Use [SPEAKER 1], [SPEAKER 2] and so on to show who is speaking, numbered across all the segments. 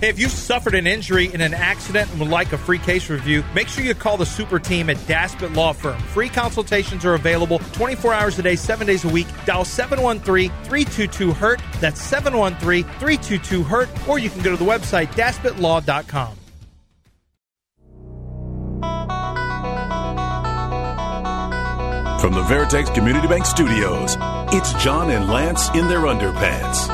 [SPEAKER 1] Hey, if you've suffered an injury in an accident and would like a free case review, make sure you call the super team at Daspit Law Firm. Free consultations are available 24 hours a day, 7 days a week. Dial 713-322-HURT. E That's 713-322-HURT. E Or you can go to the website daspitlaw.com.
[SPEAKER 2] From the Veritex Community Bank Studios, it's John and Lance in their underpants.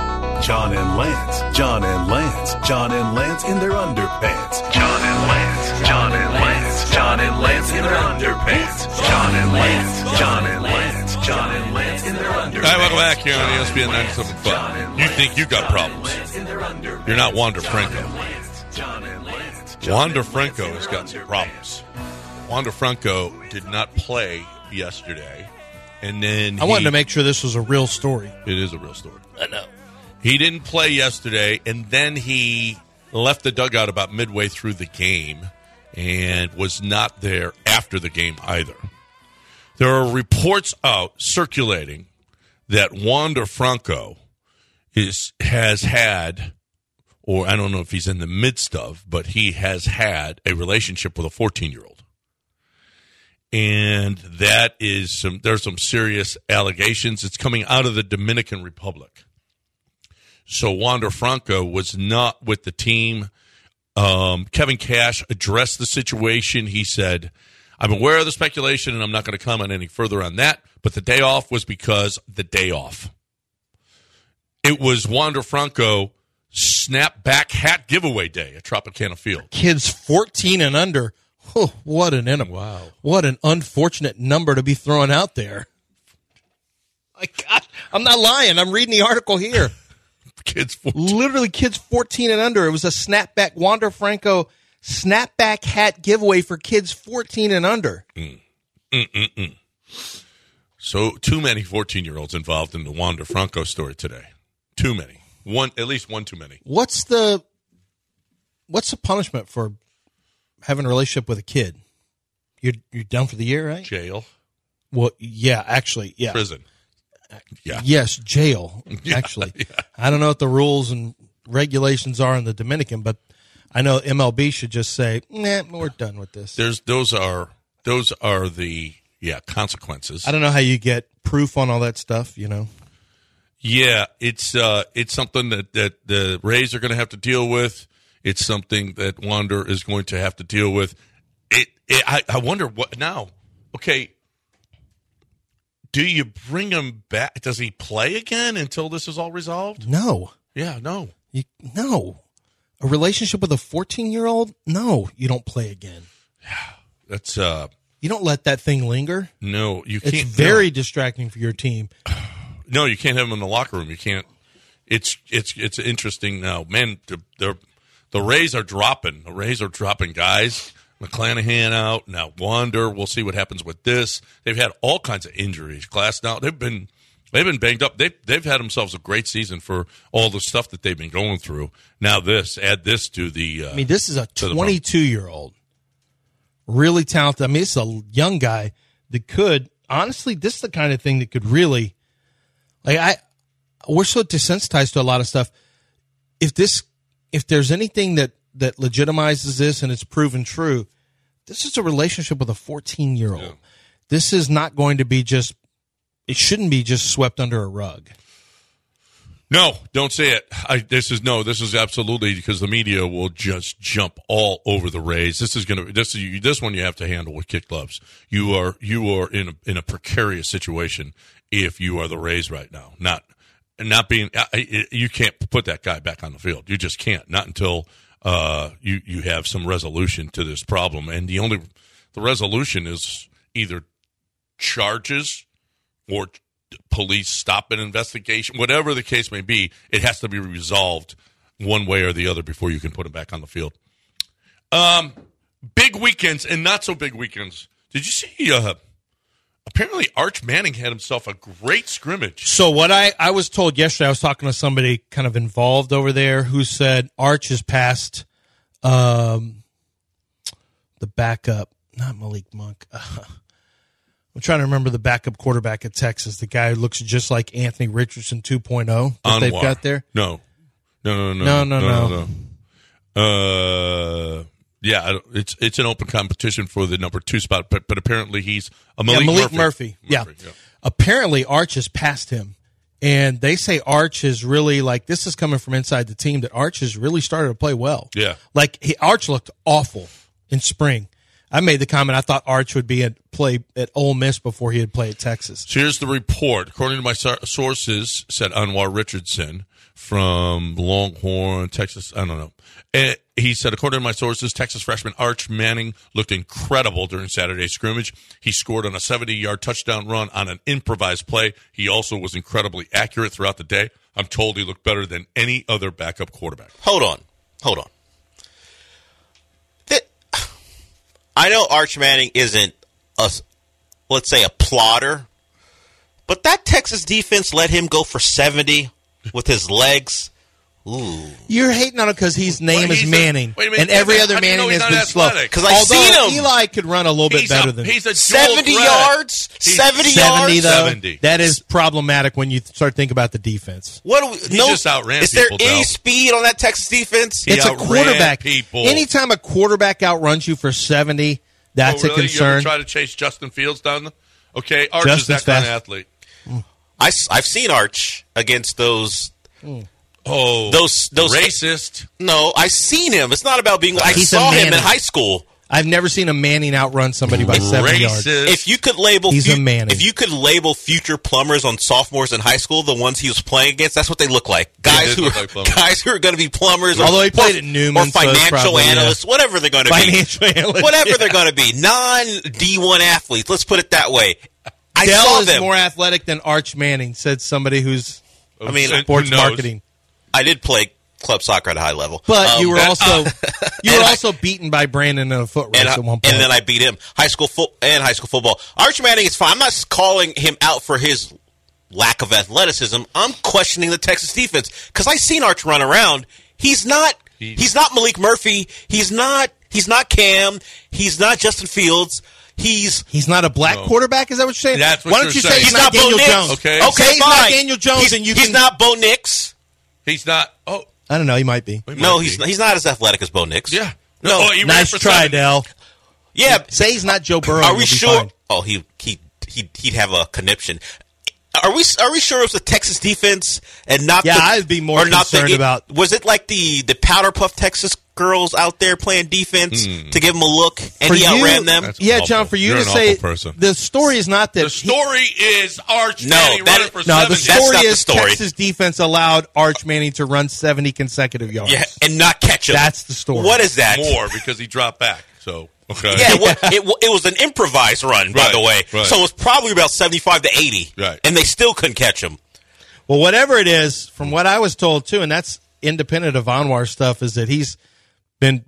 [SPEAKER 2] John and Lance, John and Lance, John and Lance in their underpants. John and Lance, John and Lance, John and Lance in their underpants. John and Lance, John and Lance, John and Lance in their underpants.
[SPEAKER 3] Hi, welcome back here on E ESPN 97.5. You think you got problems. You're not Wander Franco. Wander Franco has got some problems. Wander Franco did not play yesterday, and then
[SPEAKER 1] I wanted
[SPEAKER 3] he-
[SPEAKER 1] to make sure this was a real story.
[SPEAKER 3] it is a real story. I know. He didn't play yesterday, and then he left the dugout about midway through the game and was not there after the game either. There are reports out circulating that Wander Franco is has had or I don't know if he's in the midst of, but he has had a relationship with a 14-year-old and that is some there's some serious allegations it's coming out of the dominican republic so wander franco was not with the team um, kevin cash addressed the situation he said i'm aware of the speculation and i'm not going to comment any further on that but the day off was because the day off it was wander franco snap back hat giveaway day at tropicana field
[SPEAKER 1] Kids 14 and under. Oh, what an enemy. Wow. What an unfortunate number to be thrown out there. My God, I'm not lying. I'm reading the article here.
[SPEAKER 3] kids 14
[SPEAKER 1] Literally, kids 14 and under. It was a snapback Wander Franco snapback hat giveaway for kids 14 and under.
[SPEAKER 3] So too many 14 year olds involved in the Wander Franco story today. Too many. One at least one too many.
[SPEAKER 1] What's the what's the punishment for having a relationship with a kid? You're you're done for the year, right?
[SPEAKER 3] Jail,
[SPEAKER 1] Well, yeah, actually, yeah.
[SPEAKER 3] prison. Yeah.
[SPEAKER 1] Yes, jail. actually, I don't know what the rules and regulations are in the Dominican, but I know MLB should just say, "Nah, we're done with this."
[SPEAKER 3] There's those are those are the yeah, consequences.
[SPEAKER 1] I don't know how you get proof on all that stuff. You know,
[SPEAKER 3] Yeah, it's uh it's something that that the Rays are going to have to deal with. It's something that Wander is going to have to deal with. It, it I I wonder what now. Okay. Do you bring him back? Does he play again until this is all resolved?
[SPEAKER 1] no,
[SPEAKER 3] Yeah, no.
[SPEAKER 1] you, no, a relationship with a fourteen-year-old, no, you don't play again.
[SPEAKER 3] That's uh
[SPEAKER 1] You don't let that thing linger.
[SPEAKER 3] No, you can't.
[SPEAKER 1] It's very distracting for your team.
[SPEAKER 3] no, no, you can't have them in the locker room. You can't. It's it's it's interesting now, man. The the, the Rays are dropping. The Rays are dropping guys. McClanahan out now. Wander. We'll see what happens with this. They've had all kinds of injuries. Glass now. They've been they've been banged up. They they've had themselves a great season for all the stuff that they've been going through. Now this add this to the. Uh,
[SPEAKER 1] I mean, this is a
[SPEAKER 3] the
[SPEAKER 1] 22 year old, really talented. I mean, it's a young guy that could honestly. This is the kind of thing that could really, like, I we're so desensitized to a lot of stuff. If this, if there's anything that that legitimizes this and it's proven true, this is a relationship with a 14 year old. This is not going to be just. It shouldn't be just swept under a rug.
[SPEAKER 3] No, don't say it. I, this is no. This is absolutely because the media will just jump all over the Rays. This is gonna. This is this one you have to handle with kick gloves. You are you are in a, in a precarious situation if you are the Rays right now. Not not being. I- I, you can't put that guy back on the field. You just can't. Not until uh, you you have some resolution to this problem. And the only the resolution is either charges or t- police stop an investigation, whatever the case may be, it has to be resolved one way or the other before you can put him back on the field. Um, big weekends and not so big weekends. Did you see? Uh, apparently, Arch Manning had himself a great scrimmage.
[SPEAKER 1] So what I I was told yesterday, I was talking to somebody kind of involved over there who said Arch is past um, the backup, not Malik Monk. I'm trying to remember the backup quarterback at Texas, the guy who looks just like Anthony Richardson 2.0 that they've
[SPEAKER 3] Anwar.
[SPEAKER 1] got there.
[SPEAKER 3] No, no, no, no,
[SPEAKER 1] No, no, no.
[SPEAKER 3] Uh, yeah, I don't- it's it's an open competition for the number two spot, but but apparently he's a
[SPEAKER 1] Yeah,
[SPEAKER 3] Malik,
[SPEAKER 1] Malik Murphy. Yeah.
[SPEAKER 3] yeah.
[SPEAKER 1] Apparently, Arch has passed him. And they say Arch is really like this is coming from inside the team that Arch has really started to play well.
[SPEAKER 3] Yeah.
[SPEAKER 1] Like he, Arch looked awful in spring. I made the comment I thought Arch would be at play at Ole Miss before he had played at Texas.
[SPEAKER 3] So here's the report. According to my sor- sources, said Anwar Richardson from Longhorn, Texas. I don't know. And he said, according to my sources, Texas freshman Arch Manning looked incredible during Saturday's scrimmage. He scored on a 70 yard touchdown run on an improvised play. He also was incredibly accurate throughout the day. I'm told he looked better than any other backup quarterback.
[SPEAKER 4] Hold on. Hold on. Th- I know Arch Manning isn't a, s- let's say, a plotter, but that Texas defense let him go for 70 with his legs. Ooh.
[SPEAKER 1] You're hating on him because his name
[SPEAKER 3] Well,
[SPEAKER 1] is
[SPEAKER 3] he's a-
[SPEAKER 1] Manning,
[SPEAKER 3] wait a minute,
[SPEAKER 1] and every
[SPEAKER 3] how do
[SPEAKER 1] other
[SPEAKER 3] you know
[SPEAKER 1] Manning
[SPEAKER 3] he's
[SPEAKER 1] has
[SPEAKER 3] not
[SPEAKER 1] been slow.
[SPEAKER 3] athletic?
[SPEAKER 4] 'Cause I
[SPEAKER 1] Although
[SPEAKER 4] seen him.
[SPEAKER 1] Eli could run a little bit
[SPEAKER 3] He's
[SPEAKER 1] better
[SPEAKER 3] a,
[SPEAKER 1] than
[SPEAKER 3] he's a dual
[SPEAKER 4] 70
[SPEAKER 3] threat.
[SPEAKER 4] yards?
[SPEAKER 3] He's-
[SPEAKER 4] 70
[SPEAKER 1] seventy
[SPEAKER 4] yards?
[SPEAKER 1] though.
[SPEAKER 3] 70.
[SPEAKER 1] That is problematic when you start thinking about the defense.
[SPEAKER 4] What do we,
[SPEAKER 3] He
[SPEAKER 4] no,
[SPEAKER 3] just outran
[SPEAKER 4] Is there
[SPEAKER 3] people,
[SPEAKER 4] any
[SPEAKER 3] Dell.
[SPEAKER 4] speed on that Texas defense?
[SPEAKER 3] He
[SPEAKER 1] it's a
[SPEAKER 3] outran
[SPEAKER 1] quarterback.
[SPEAKER 3] people.
[SPEAKER 1] Anytime a quarterback outruns you for seventy,
[SPEAKER 3] Oh,
[SPEAKER 1] that's
[SPEAKER 3] really?
[SPEAKER 1] a
[SPEAKER 3] You ever
[SPEAKER 1] concern.
[SPEAKER 3] try to chase Justin Fields down? The- okay, Arch is that
[SPEAKER 1] Justin's
[SPEAKER 3] kind of
[SPEAKER 1] fast.
[SPEAKER 3] athlete.
[SPEAKER 4] I, have seen Arch against those.
[SPEAKER 3] Oh,
[SPEAKER 4] Those- those-
[SPEAKER 3] racist.
[SPEAKER 4] No, I've seen him. It's not about being. I
[SPEAKER 1] He's a
[SPEAKER 4] saw him in
[SPEAKER 1] Manning.
[SPEAKER 4] high school.
[SPEAKER 1] I've never seen a Manning outrun somebody by seventy yards.
[SPEAKER 3] racist.
[SPEAKER 4] if you could label
[SPEAKER 1] He's
[SPEAKER 4] fu-
[SPEAKER 1] a Manning.
[SPEAKER 4] if you could label future plumbers on sophomores in high school, the ones he was playing against, that's what they look like. Guys
[SPEAKER 3] did
[SPEAKER 4] who
[SPEAKER 3] look
[SPEAKER 4] are,
[SPEAKER 3] like plumbers.
[SPEAKER 4] guys who are going to be plumbers, or-
[SPEAKER 1] Although he played
[SPEAKER 4] or-
[SPEAKER 1] at Newman, so
[SPEAKER 4] or
[SPEAKER 1] it's
[SPEAKER 4] financial
[SPEAKER 1] probably, yeah.
[SPEAKER 4] analysts, whatever they're going to
[SPEAKER 1] Financial
[SPEAKER 4] be,
[SPEAKER 1] analyst,
[SPEAKER 4] whatever
[SPEAKER 1] yeah.
[SPEAKER 4] they're going to be, non D one athletes. Let's put it that way. I
[SPEAKER 1] Dell
[SPEAKER 4] saw
[SPEAKER 1] is
[SPEAKER 4] them.
[SPEAKER 1] more athletic than Arch Manning, said somebody who's
[SPEAKER 4] I mean,
[SPEAKER 3] Who
[SPEAKER 1] sports
[SPEAKER 3] knows?
[SPEAKER 1] marketing.
[SPEAKER 4] I did play club soccer at a high level,
[SPEAKER 1] But
[SPEAKER 4] Um,
[SPEAKER 1] you were also you were
[SPEAKER 4] and I-
[SPEAKER 1] also beaten by Brandon in a foot race
[SPEAKER 4] and, I-
[SPEAKER 1] at one point.
[SPEAKER 4] and then I beat him. High school fo- and high school football. Arch Manning is fine. I'm not calling him out for his lack of athleticism. I'm questioning the Texas defense because I seen Arch run around. He's not. He's not Malik Murphy. He's not. He's not Cam. He's not Justin Fields. He's
[SPEAKER 1] he's not a black quarterback. Is that what you're saying?
[SPEAKER 3] That's what
[SPEAKER 1] Why
[SPEAKER 3] you're
[SPEAKER 1] don't you say
[SPEAKER 3] saying.
[SPEAKER 1] he's
[SPEAKER 3] He's
[SPEAKER 1] not
[SPEAKER 4] not Bo
[SPEAKER 1] Daniel
[SPEAKER 4] Nix.
[SPEAKER 1] Jones?
[SPEAKER 3] Okay.
[SPEAKER 4] okay.
[SPEAKER 1] Say he's
[SPEAKER 4] fine.
[SPEAKER 1] not Daniel Jones,
[SPEAKER 4] He's,
[SPEAKER 1] and you
[SPEAKER 4] he's
[SPEAKER 1] can.
[SPEAKER 4] not Bo Nix.
[SPEAKER 3] he's not. Oh,
[SPEAKER 1] I don't know. He might be.
[SPEAKER 3] he
[SPEAKER 4] No,
[SPEAKER 3] might
[SPEAKER 4] he's
[SPEAKER 3] be.
[SPEAKER 4] not, he's not as athletic as Bo Nix.
[SPEAKER 3] Yeah.
[SPEAKER 4] No.
[SPEAKER 3] Oh, he ran
[SPEAKER 1] Nice
[SPEAKER 3] for
[SPEAKER 1] try,
[SPEAKER 3] seven.
[SPEAKER 1] Dell.
[SPEAKER 4] yeah.
[SPEAKER 1] Say he's not Joe Burrow.
[SPEAKER 4] Are
[SPEAKER 1] you'll
[SPEAKER 4] we
[SPEAKER 1] be
[SPEAKER 4] sure?
[SPEAKER 1] fine.
[SPEAKER 4] Oh, he he he he'd have a conniption. Are we are we sure it was the Texas defense and not?
[SPEAKER 1] Yeah,
[SPEAKER 4] the,
[SPEAKER 1] I'd be more
[SPEAKER 4] or not the-
[SPEAKER 1] concerned
[SPEAKER 4] it-
[SPEAKER 1] about-
[SPEAKER 4] Was it like the the powder puff Texas girls out there playing defense
[SPEAKER 1] Hmm.
[SPEAKER 4] to give him a look and he outran them?
[SPEAKER 3] That's
[SPEAKER 1] Yeah,
[SPEAKER 3] awful.
[SPEAKER 1] John, for you
[SPEAKER 3] You're
[SPEAKER 1] to
[SPEAKER 3] an awful
[SPEAKER 1] say
[SPEAKER 3] person.
[SPEAKER 1] the story is not that
[SPEAKER 3] The story is Arch
[SPEAKER 4] No,
[SPEAKER 3] Manning
[SPEAKER 4] that-
[SPEAKER 3] running for
[SPEAKER 1] He, no, the
[SPEAKER 3] 70.
[SPEAKER 4] That's
[SPEAKER 1] story
[SPEAKER 4] not the
[SPEAKER 1] is
[SPEAKER 4] story.
[SPEAKER 1] Texas defense allowed Arch Manning to run seventy consecutive yards.
[SPEAKER 4] yeah, and not catch him.
[SPEAKER 1] That's the story.
[SPEAKER 4] What is that?
[SPEAKER 3] more because he dropped back. So okay,
[SPEAKER 4] Yeah, it wa- it, wa- it was an improvised run, by
[SPEAKER 3] Right,
[SPEAKER 4] the way.
[SPEAKER 3] right.
[SPEAKER 4] So it was probably about seventy-five to eighty,
[SPEAKER 3] Right.
[SPEAKER 4] and they still couldn't catch him.
[SPEAKER 1] Well, whatever it is, from what I was told too, and that's independent of Anwar stuff, is that he's been.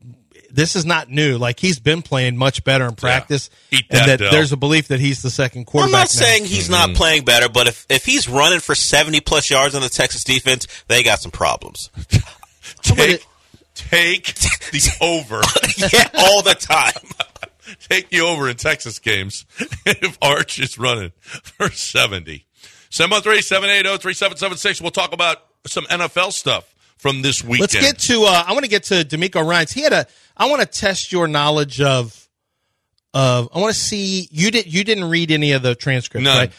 [SPEAKER 1] This is not new. Like he's been playing much better in practice,
[SPEAKER 3] Eat
[SPEAKER 1] and
[SPEAKER 3] that,
[SPEAKER 1] that
[SPEAKER 3] Dell.
[SPEAKER 1] there's a belief that he's the second
[SPEAKER 4] I'm
[SPEAKER 1] quarterback.
[SPEAKER 4] not
[SPEAKER 1] now.
[SPEAKER 4] saying he's
[SPEAKER 3] Mm-hmm.
[SPEAKER 4] not playing better, but if, if he's running for 70 plus yards on the Texas defense, they got some problems.
[SPEAKER 3] take take the over.
[SPEAKER 4] yeah, all the time.
[SPEAKER 3] take the over in Texas games if Arch is running for 70. 713 780 3776. We'll talk about some NFL stuff from this weekend.
[SPEAKER 1] Let's get to. Uh, I want to get to D'Amico Ryan's. He had a. I want to test your knowledge of. Of I want to see you did. You didn't read any of the transcripts,
[SPEAKER 3] None.
[SPEAKER 1] right?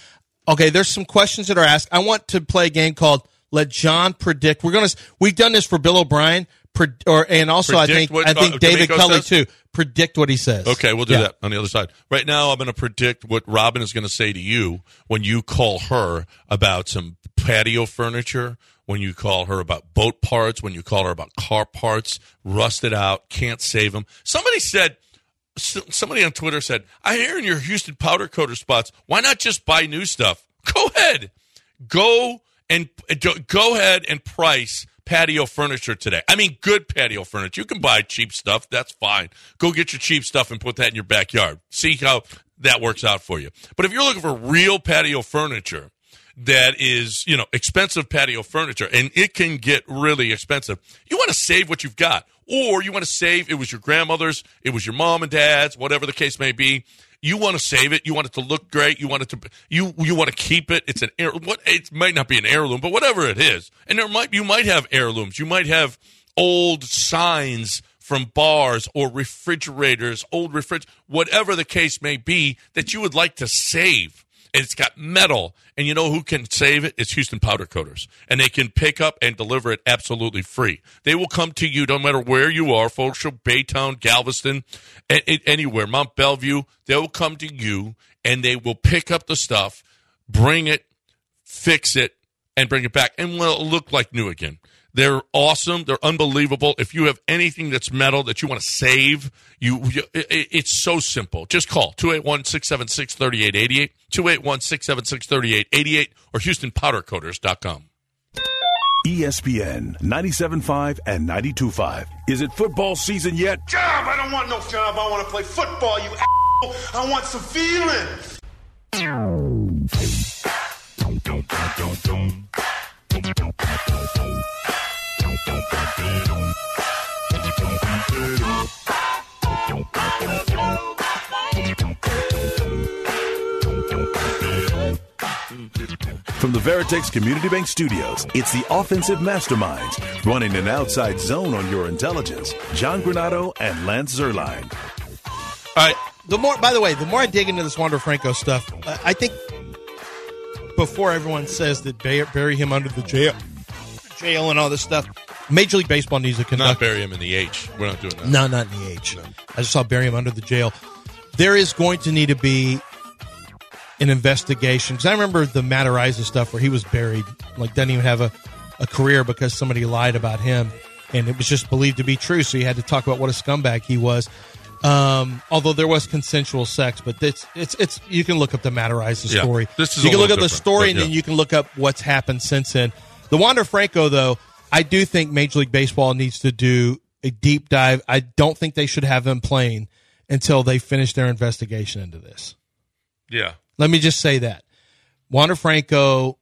[SPEAKER 1] Okay, there's some questions that are asked. I want to play a game called Let John Predict. We're gonna. s- We've done this for Bill O'Brien, pre, or and also I
[SPEAKER 3] Predict
[SPEAKER 1] think
[SPEAKER 3] what,
[SPEAKER 1] I
[SPEAKER 3] uh,
[SPEAKER 1] think David
[SPEAKER 3] D'Amico
[SPEAKER 1] Cully
[SPEAKER 3] says?
[SPEAKER 1] too. Predict what he says.
[SPEAKER 3] Okay, we'll do
[SPEAKER 1] Yeah.
[SPEAKER 3] that on the other side. Right now, I'm going to predict what Robin is going to say to you when you call her about some patio furniture, when you call her about boat parts, when you call her about car parts, rusted out, can't save them. Somebody said, s- somebody on Twitter said, I hear in your Houston powder coater spots, why not just buy new stuff? Go ahead. Go and go ahead and price patio furniture today. I mean, good patio furniture. You can buy cheap stuff. That's fine. Go get your cheap stuff and put that in your backyard. See how that works out for you. But if you're looking for real patio furniture, that is, you know, expensive patio furniture, and it can get really expensive. You want to save what you've got, or you want to save it was your grandmother's, it was your mom and dad's, whatever the case may be. You want to save it. You want it to look great. You want it to you you want to keep it. It's an heir, what it might not be an heirloom, but whatever it is, and there might you might have heirlooms. You might have old signs from bars or refrigerators, old refrig, whatever the case may be, that you would like to save. And it's got metal. And you know who can save it? It's Houston Powder Coaters. And they can pick up and deliver it absolutely free. They will come to you no matter where you are, folks, Baytown, Galveston, a- a- anywhere, Mount Bellevue. They will come to you and they will pick up the stuff, bring it, fix it, and bring it back, and will look like new again. They're awesome. They're unbelievable. If you have anything that's metal that you want to save, you, you it, it- it's so simple. Just call 281-676-3888, 281-676-3888 or houstonpowdercoaters.com.
[SPEAKER 2] E ESPN 97.5 and 92.5. Is it football season yet?
[SPEAKER 5] job. I don't want no job. I want to play football, you asshole. I want some feelings.
[SPEAKER 2] From the Veritex Community Bank Studios, it's the offensive masterminds running an outside zone on your intelligence. John Granado and Lance Zerline.
[SPEAKER 3] All right.
[SPEAKER 1] the more by the way the more i dig into this wander franco stuff i, I think before everyone says that bury, bury him under the jail jail and all this stuff major league baseball needs to
[SPEAKER 3] Not
[SPEAKER 1] conduct
[SPEAKER 3] bury him in the H. We're not doing that.
[SPEAKER 1] no not in the age i just saw bury him under the jail there is going to need to be an investigation because i remember the matt Ariza stuff where he was buried like doesn't even have a, a career because somebody lied about him and it was just believed to be true so you had to talk about what a scumbag he was um, although there was consensual sex, but it's it's it's you can look up the Matteriza
[SPEAKER 3] Yeah,
[SPEAKER 1] story.
[SPEAKER 3] this is
[SPEAKER 1] you
[SPEAKER 3] a
[SPEAKER 1] can look up
[SPEAKER 3] little
[SPEAKER 1] the
[SPEAKER 3] different,
[SPEAKER 1] story,
[SPEAKER 3] but
[SPEAKER 1] and
[SPEAKER 3] yeah.
[SPEAKER 1] then you can look up what's happened since then. The Wander Franco, though, I do think Major League Baseball needs to do a deep dive. I don't think they should have him playing until they finish their investigation into this.
[SPEAKER 3] Yeah.
[SPEAKER 1] Let me just say that Wander Franco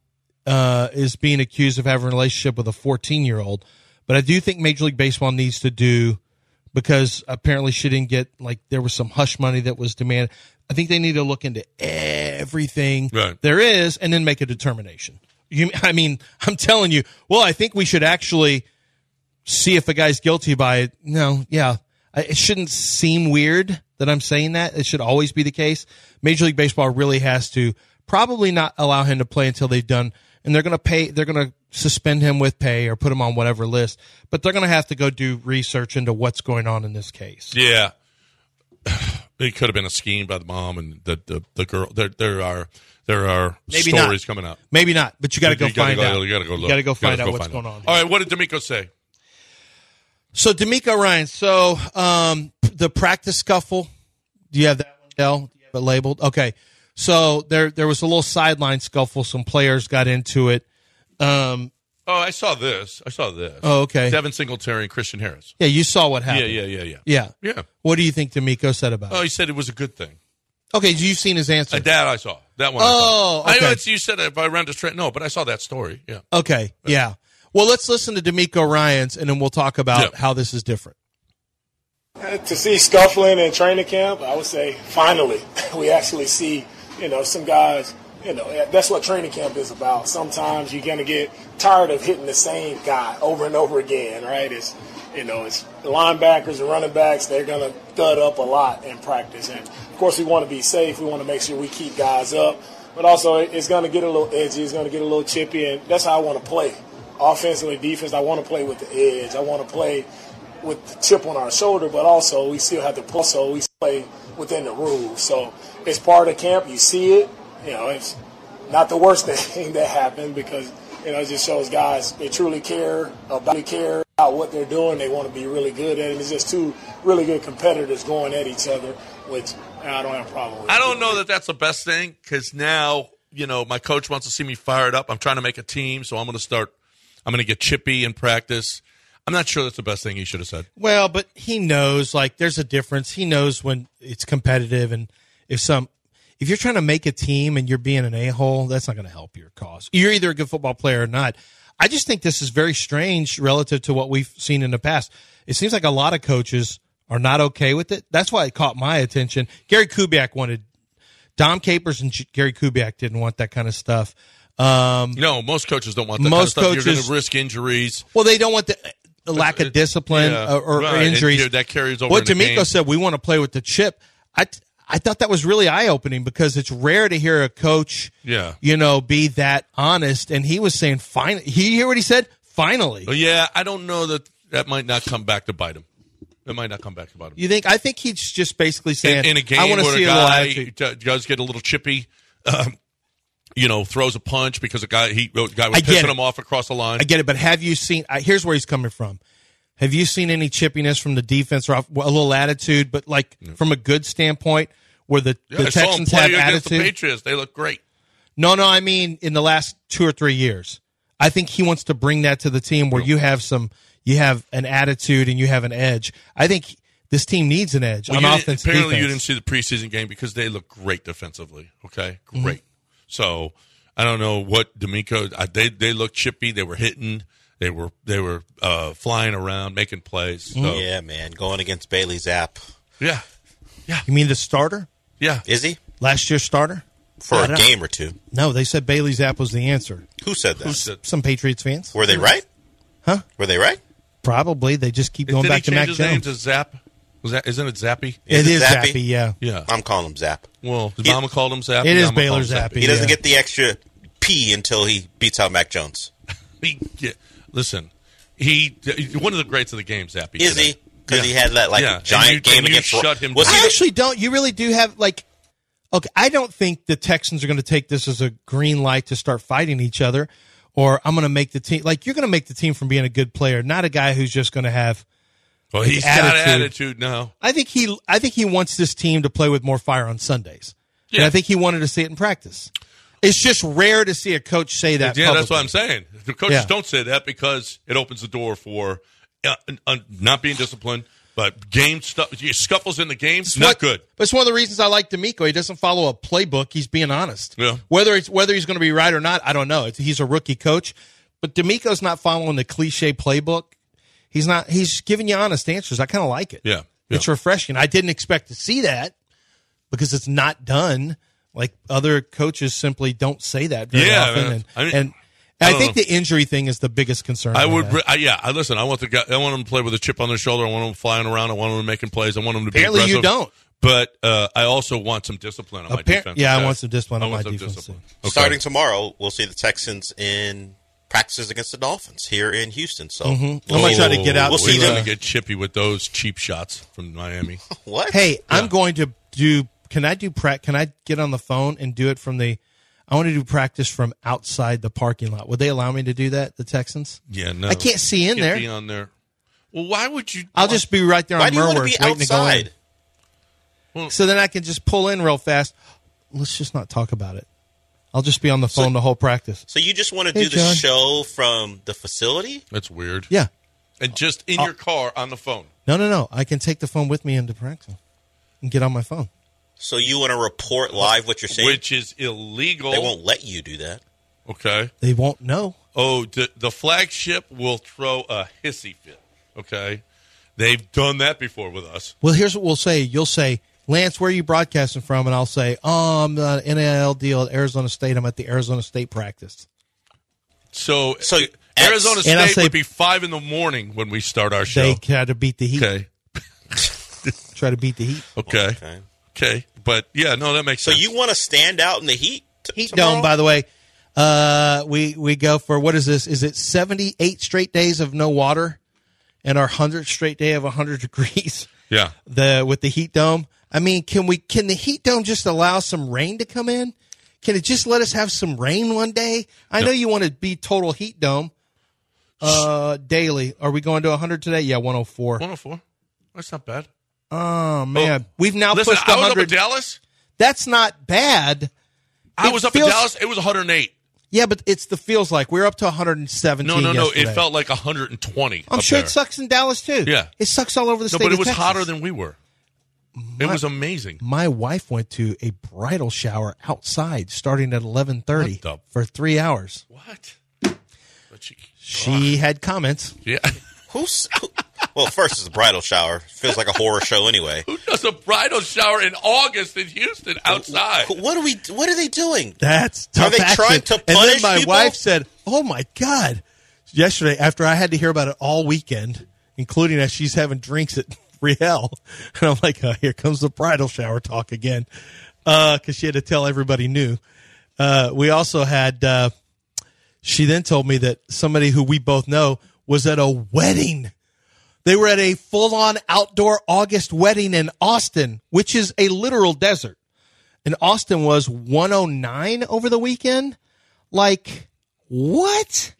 [SPEAKER 1] uh, is being accused of having a relationship with a 14 year old, but I do think Major League Baseball needs to do because apparently she didn't get like there was some hush money that was demanded. I think they need to look into everything
[SPEAKER 3] Right.
[SPEAKER 1] there is and then make a determination. You, I mean, I'm telling you. Well, I think we should actually see if a guy's guilty by it. No, yeah. I- It shouldn't seem weird that I'm saying that. It should always be the case. Major League Baseball really has to probably not allow him to play until they've done, and they're going to pay, they're going to suspend him with pay or put him on whatever list, but they're going to have to go do research into what's going on in this case.
[SPEAKER 3] Yeah. It could have been a scheme by the mom and the, the, the girl. There, there are there are
[SPEAKER 1] Maybe not.
[SPEAKER 3] stories coming out.
[SPEAKER 1] Maybe not, but you got to go
[SPEAKER 3] You gotta
[SPEAKER 1] find
[SPEAKER 3] go-
[SPEAKER 1] out.
[SPEAKER 3] You got to go look.
[SPEAKER 1] You got to go find
[SPEAKER 3] gotta
[SPEAKER 1] out what's
[SPEAKER 3] find
[SPEAKER 1] going on.
[SPEAKER 3] All right. What did D'Amico say?
[SPEAKER 1] So D'Amico Ryan. So um, the practice scuffle. Do you have that one, Dell? Do you have it labeled? Okay. So there there was a little sideline scuffle. Some players got into it. Um,
[SPEAKER 3] Oh, I saw this. I saw this.
[SPEAKER 1] oh, okay.
[SPEAKER 3] Devin Singletary and Christian Harris.
[SPEAKER 1] yeah, you saw what
[SPEAKER 3] Yeah,
[SPEAKER 1] happened.
[SPEAKER 3] yeah, yeah, yeah.
[SPEAKER 1] yeah.
[SPEAKER 3] Yeah.
[SPEAKER 1] What do you think D'Amico said about
[SPEAKER 3] Oh,
[SPEAKER 1] it?
[SPEAKER 3] he said it was a good thing.
[SPEAKER 1] Okay, you've seen his answer.
[SPEAKER 3] Uh, that I saw. That one. I
[SPEAKER 1] Oh,
[SPEAKER 3] saw. I know
[SPEAKER 1] okay.
[SPEAKER 3] it's, you said if I ran to Trent. No, but I saw that story. Yeah.
[SPEAKER 1] okay, yeah. Well, let's listen to D'Amico Ryan's, and then we'll talk about
[SPEAKER 3] Yeah.
[SPEAKER 1] how this is different.
[SPEAKER 6] To see scuffling in training camp, I would say finally we actually see, you know, some guys, you know, that's what training camp is about. Sometimes you're going to get tired of hitting the same guy over and over again, right? It's, you know, it's linebackers and running backs, they're going to thud up a lot in practice. And of course, we want to be safe. We want to make sure we keep guys up. But also, it- it's going to get a little edgy. It's going to get a little chippy. And that's how I want to play. Offensively, defense, I want to play with the edge. I want to play with the chip on our shoulder, but also we still have to play, so we play within the rules. So it's part of camp. You see it. You know, it's not the worst thing that happened because you know it just shows guys they truly care about they care about what they're doing. They want to be really good at it. It's just two really good competitors going at each other, which I don't have a problem with.
[SPEAKER 3] I don't know that that's the best thing because now you know my coach wants to see me fired up. I'm trying to make a team, so I'm going to start. I'm going to get chippy in practice. I'm not sure that's the best thing he should have said.
[SPEAKER 1] Well, but he knows like there's a difference. He knows when it's competitive and if some if you're trying to make a team and you're being an a-hole, that's not going to help your cause. You're either a good football player or not. I just think this is very strange relative to what we've seen in the past. It seems like a lot of coaches are not okay with it. That's why it caught my attention. Gary Kubiak wanted Dom Capers and G- Gary Kubiak didn't want that kind of stuff. Um,
[SPEAKER 3] You know, most coaches don't want that.
[SPEAKER 1] Most
[SPEAKER 3] kind of stuff. You're
[SPEAKER 1] coaches-
[SPEAKER 3] going to risk injuries.
[SPEAKER 1] well, they don't want the a lack of discipline
[SPEAKER 3] yeah,
[SPEAKER 1] or, or
[SPEAKER 3] right, and,
[SPEAKER 1] injuries.
[SPEAKER 3] you know, that carries over
[SPEAKER 1] What
[SPEAKER 3] in the
[SPEAKER 1] D'Amico
[SPEAKER 3] game.
[SPEAKER 1] said, we want to play with the chip. I t- I thought that was really eye opening because it's rare to hear a coach,
[SPEAKER 3] Yeah.
[SPEAKER 1] you know, be that honest. And he was saying, "Fine." He hear what he said? Finally,
[SPEAKER 3] But Oh, yeah, I don't know that that might not come back to bite him. It might not come back to bite him.
[SPEAKER 1] you think? I think he's just basically saying,
[SPEAKER 3] in, in a game
[SPEAKER 1] "I want to
[SPEAKER 3] where
[SPEAKER 1] see
[SPEAKER 3] a
[SPEAKER 1] a little
[SPEAKER 3] guy
[SPEAKER 1] attitude."
[SPEAKER 3] d- does get a little chippy, um, you know, throws a punch because a guy he a guy was
[SPEAKER 1] I get
[SPEAKER 3] pissing
[SPEAKER 1] it.
[SPEAKER 3] him off across the line.
[SPEAKER 1] I get it, but have you seen? I, here's where he's coming from. Have you seen any chippiness from the defense or off, a little attitude, but like from a good standpoint, where the,
[SPEAKER 3] I
[SPEAKER 1] the
[SPEAKER 3] saw him
[SPEAKER 1] Texans
[SPEAKER 3] play
[SPEAKER 1] have
[SPEAKER 3] against the
[SPEAKER 1] attitude?
[SPEAKER 3] Patriots. They look great.
[SPEAKER 1] No, no, I mean in the last two or three years. I think he wants to bring that to the team where you have some, you have an attitude and you have an edge. I think this team needs an edge on
[SPEAKER 3] you didn't-
[SPEAKER 1] offense.
[SPEAKER 3] Apparently, you didn't
[SPEAKER 1] defense.
[SPEAKER 3] see the preseason game because they look great defensively. Okay,
[SPEAKER 1] Mm-hmm.
[SPEAKER 3] great. So I don't know what D'Amico. I, they they looked chippy. They were hitting. They were they were uh, flying around, making plays. So,
[SPEAKER 1] Mm-hmm.
[SPEAKER 4] Yeah, man, going against Bailey's app.
[SPEAKER 3] yeah,
[SPEAKER 1] You mean the starter
[SPEAKER 3] yeah.
[SPEAKER 4] Is he
[SPEAKER 1] last year's starter?
[SPEAKER 4] for
[SPEAKER 1] I
[SPEAKER 4] a
[SPEAKER 1] don't-
[SPEAKER 4] game or two?
[SPEAKER 1] No, they said Bailey's app was the answer.
[SPEAKER 4] Who said that?
[SPEAKER 3] said-
[SPEAKER 1] Some Patriots fans
[SPEAKER 4] Were they right?
[SPEAKER 1] Huh?
[SPEAKER 4] Were they right?
[SPEAKER 1] probably they just keep going
[SPEAKER 3] Did
[SPEAKER 1] back
[SPEAKER 3] he
[SPEAKER 1] to Mac
[SPEAKER 3] change his name
[SPEAKER 1] Jones.
[SPEAKER 3] to Zap? Was that isn't it Zappy?
[SPEAKER 1] It
[SPEAKER 4] Is
[SPEAKER 1] is
[SPEAKER 4] it Zappy?
[SPEAKER 1] Zappy, yeah.
[SPEAKER 3] Yeah.
[SPEAKER 4] I'm calling him Zap.
[SPEAKER 3] Well, his mama called him Zappy.
[SPEAKER 1] It is
[SPEAKER 3] I'm gonna call
[SPEAKER 1] Baylor
[SPEAKER 3] him
[SPEAKER 1] Zappy.
[SPEAKER 4] He doesn't
[SPEAKER 1] Yeah.
[SPEAKER 4] get the extra P until he beats out Mac Jones.
[SPEAKER 3] He, yeah, listen, he one of the greats of the game, Zappy.
[SPEAKER 4] Is
[SPEAKER 3] today.
[SPEAKER 4] he? Because he
[SPEAKER 3] Yeah.
[SPEAKER 4] had that like
[SPEAKER 3] Yeah, and
[SPEAKER 4] giant
[SPEAKER 3] you-
[SPEAKER 4] game
[SPEAKER 3] and you
[SPEAKER 4] against.
[SPEAKER 3] shut him
[SPEAKER 4] was
[SPEAKER 3] down.
[SPEAKER 1] I
[SPEAKER 4] he the-
[SPEAKER 1] actually don't. You really do have like. Okay, I don't think the Texans are going to take this as a green light to start fighting each other, or I'm going to make the team. Like you're going to make the team from being a good player, not a guy who's just going to have.
[SPEAKER 3] Well, he's got
[SPEAKER 1] attitude.
[SPEAKER 3] attitude now.
[SPEAKER 1] I think he. I think he wants this team to play with more fire on Sundays, and
[SPEAKER 3] Yeah.
[SPEAKER 1] I think he wanted to see it in practice. It's just rare to see a coach say that.
[SPEAKER 3] Yeah, that's
[SPEAKER 1] publicly.
[SPEAKER 3] what I'm saying. The coaches
[SPEAKER 1] Yeah.
[SPEAKER 3] don't say that because it opens the door for uh, uh, not being disciplined, but game stuff, scuffles in the game,
[SPEAKER 1] It's
[SPEAKER 3] not
[SPEAKER 1] what-
[SPEAKER 3] good.
[SPEAKER 1] But it's one of the reasons I like D'Amico. He doesn't follow a playbook. He's being honest.
[SPEAKER 3] Yeah.
[SPEAKER 1] Whether it's whether he's going to be right or not, I don't know. It's, he's a rookie coach, but D'Amico's not following the cliche playbook. He's not. He's giving you honest answers. I kind of like it.
[SPEAKER 3] Yeah, yeah.
[SPEAKER 1] It's refreshing. I didn't expect to see that because it's not done. Like other coaches simply don't say that very
[SPEAKER 3] Yeah,
[SPEAKER 1] often.
[SPEAKER 3] man.
[SPEAKER 1] And
[SPEAKER 3] I mean,
[SPEAKER 1] and
[SPEAKER 3] I
[SPEAKER 1] I,
[SPEAKER 3] don't
[SPEAKER 1] think
[SPEAKER 3] know.
[SPEAKER 1] the injury thing is the biggest concern.
[SPEAKER 3] I
[SPEAKER 1] I
[SPEAKER 3] would,
[SPEAKER 1] have.
[SPEAKER 3] I, yeah. I listen. I want the guy. I want him to play with a chip on their shoulder. I want him flying around. I want him making plays. I want him to
[SPEAKER 1] Apparently
[SPEAKER 3] be
[SPEAKER 1] you
[SPEAKER 3] aggressive.
[SPEAKER 1] don't.
[SPEAKER 3] But uh, I also want some discipline on my
[SPEAKER 1] Appar-
[SPEAKER 3] defense.
[SPEAKER 1] yeah, I
[SPEAKER 3] okay?
[SPEAKER 1] want some discipline
[SPEAKER 3] I
[SPEAKER 1] on
[SPEAKER 3] want
[SPEAKER 1] my
[SPEAKER 3] some
[SPEAKER 1] defense,
[SPEAKER 3] discipline.
[SPEAKER 1] too.
[SPEAKER 3] Okay.
[SPEAKER 4] Starting tomorrow, we'll see the Texans in practices against the Dolphins here in Houston. So
[SPEAKER 3] Mm-hmm.
[SPEAKER 1] I'm gonna try
[SPEAKER 3] Oh,
[SPEAKER 1] to get out
[SPEAKER 4] We'll
[SPEAKER 1] to,
[SPEAKER 4] see
[SPEAKER 3] We're
[SPEAKER 1] uh,
[SPEAKER 4] them.
[SPEAKER 3] gonna get chippy with those cheap shots from Miami.
[SPEAKER 4] What?
[SPEAKER 1] Hey, I'm going to do. Can I do prac? Can I get on the phone and do it from the? I want to do practice from outside the parking lot. Would they allow me to do that? The Texans?
[SPEAKER 3] Yeah, no.
[SPEAKER 1] I can't see in
[SPEAKER 3] Can't
[SPEAKER 1] there.
[SPEAKER 3] Be on there. Well, why would you?
[SPEAKER 1] I'll just be right there
[SPEAKER 4] why
[SPEAKER 1] on
[SPEAKER 4] do you want to be
[SPEAKER 1] Merworth waiting to go in.
[SPEAKER 4] outside?
[SPEAKER 1] So then I can just pull in real fast. Let's just not talk about it. I'll just be on the phone the whole practice.
[SPEAKER 4] So you just want to
[SPEAKER 1] Hey,
[SPEAKER 4] do the
[SPEAKER 1] John.
[SPEAKER 4] show from the facility?
[SPEAKER 3] That's weird.
[SPEAKER 1] Yeah.
[SPEAKER 3] And just in your car on the phone.
[SPEAKER 1] No, no, no. I can take the phone with me into practice and get on my phone.
[SPEAKER 4] So you want to report live what you're saying?
[SPEAKER 3] Which is illegal.
[SPEAKER 4] they won't let you do that.
[SPEAKER 3] Okay.
[SPEAKER 1] They won't know.
[SPEAKER 3] Oh, the, the flagship will throw a hissy fit. Okay. They've done that before with us.
[SPEAKER 1] Well, here's what we'll say. You'll say, Lance, where are you broadcasting from? And I'll say, oh, I'm the NIL deal at Arizona State. I'm at the Arizona State practice.
[SPEAKER 3] So,
[SPEAKER 4] So,
[SPEAKER 3] Arizona
[SPEAKER 4] X-
[SPEAKER 1] And I'll
[SPEAKER 3] State
[SPEAKER 1] say-
[SPEAKER 3] would be five in the morning when we start our show.
[SPEAKER 1] They try to beat the heat.
[SPEAKER 3] okay.
[SPEAKER 1] Try to beat the heat.
[SPEAKER 3] Okay. Okay.
[SPEAKER 4] Okay.
[SPEAKER 3] But yeah, no, that makes
[SPEAKER 4] So
[SPEAKER 3] sense.
[SPEAKER 4] you want to stand out in the heat? t-
[SPEAKER 1] Heat
[SPEAKER 4] tomorrow?
[SPEAKER 1] dome, by the way. Uh, we we go for what is this? Is it seventy eight straight days of no water, and our hundredth straight day of hundred degrees?
[SPEAKER 3] yeah.
[SPEAKER 1] The with the heat dome. I mean, can we? Can the heat dome just allow some rain to come in? Can it just let us have some rain one day? I know you want to be total heat dome. Uh, daily. Are we going to hundred today? Yeah, one hundred four.
[SPEAKER 3] 104. That's not bad.
[SPEAKER 1] Oh man, we've now
[SPEAKER 3] Listen,
[SPEAKER 1] pushed
[SPEAKER 3] I was up in
[SPEAKER 1] hundred.
[SPEAKER 3] Dallas.
[SPEAKER 1] That's not bad.
[SPEAKER 3] I
[SPEAKER 1] It
[SPEAKER 3] was up
[SPEAKER 1] feels-
[SPEAKER 3] in Dallas. It was 108.
[SPEAKER 1] Yeah, but it's the feels like we're up to 117.
[SPEAKER 3] No, no, no.
[SPEAKER 1] yesterday.
[SPEAKER 3] It felt like 120.
[SPEAKER 1] I'm
[SPEAKER 3] up
[SPEAKER 1] sure
[SPEAKER 3] there.
[SPEAKER 1] it sucks in Dallas too.
[SPEAKER 3] Yeah.
[SPEAKER 1] it sucks all over the
[SPEAKER 3] No,
[SPEAKER 1] state.
[SPEAKER 3] but it
[SPEAKER 1] of
[SPEAKER 3] was
[SPEAKER 1] Texas.
[SPEAKER 3] hotter than we were. It was amazing.
[SPEAKER 1] My wife went to a bridal shower outside starting at 11:30
[SPEAKER 3] What the-
[SPEAKER 1] for three hours.
[SPEAKER 3] What? But she,
[SPEAKER 1] She had comments.
[SPEAKER 3] yeah.
[SPEAKER 4] Who's? Who, well, first is the bridal shower. Feels like a horror show anyway.
[SPEAKER 3] Who does a bridal shower in August in Houston outside?
[SPEAKER 4] Wh- What are we? What are they doing?
[SPEAKER 1] That's
[SPEAKER 4] Are
[SPEAKER 1] tough
[SPEAKER 4] they
[SPEAKER 1] action.
[SPEAKER 4] trying to
[SPEAKER 1] And then
[SPEAKER 4] punish
[SPEAKER 1] my
[SPEAKER 4] people?
[SPEAKER 1] wife said, "Oh my god." yesterday after I had to hear about it all weekend, including that she's having drinks at Riel. And I'm like, oh, here comes the bridal shower talk again. Because she had to tell everybody new. Uh, we also had, uh, she then told me that somebody who we both know was at a wedding. They were at a full on outdoor August wedding in Austin, which is a literal desert. And Austin was 109 over the weekend. Like, what?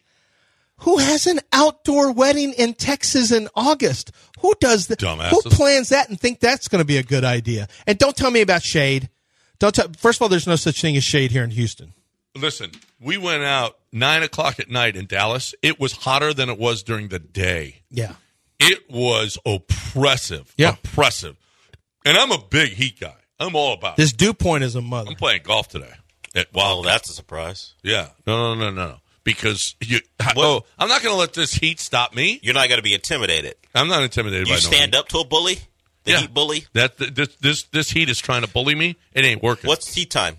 [SPEAKER 1] Who has an outdoor wedding in Texas in August? Who does that? Who
[SPEAKER 3] Dumbasses.
[SPEAKER 1] plans that and think that's going to be a good idea? And don't tell me about shade. Don't tell, first of all, there's no such thing as shade here in Houston.
[SPEAKER 3] Listen, we went out nine o'clock at night in Dallas. It was hotter than it was during the day.
[SPEAKER 1] Yeah.
[SPEAKER 3] It was oppressive.
[SPEAKER 1] Yeah.
[SPEAKER 3] Oppressive. And I'm a big heat guy. I'm all about it.
[SPEAKER 1] This dew point is a mother.
[SPEAKER 3] I'm playing golf today at Wild.
[SPEAKER 4] Oh, that's a surprise.
[SPEAKER 3] Yeah. No, no, no, no, no. Because you, oh, I'm not going to let this heat stop me.
[SPEAKER 4] You're not going to be intimidated.
[SPEAKER 3] I'm not intimidated
[SPEAKER 4] You
[SPEAKER 3] by
[SPEAKER 4] stand
[SPEAKER 3] no
[SPEAKER 4] up to a bully, the
[SPEAKER 3] Yeah.
[SPEAKER 4] heat bully.
[SPEAKER 3] That th- this this this heat is trying to bully me. It ain't working.
[SPEAKER 4] What's tea time?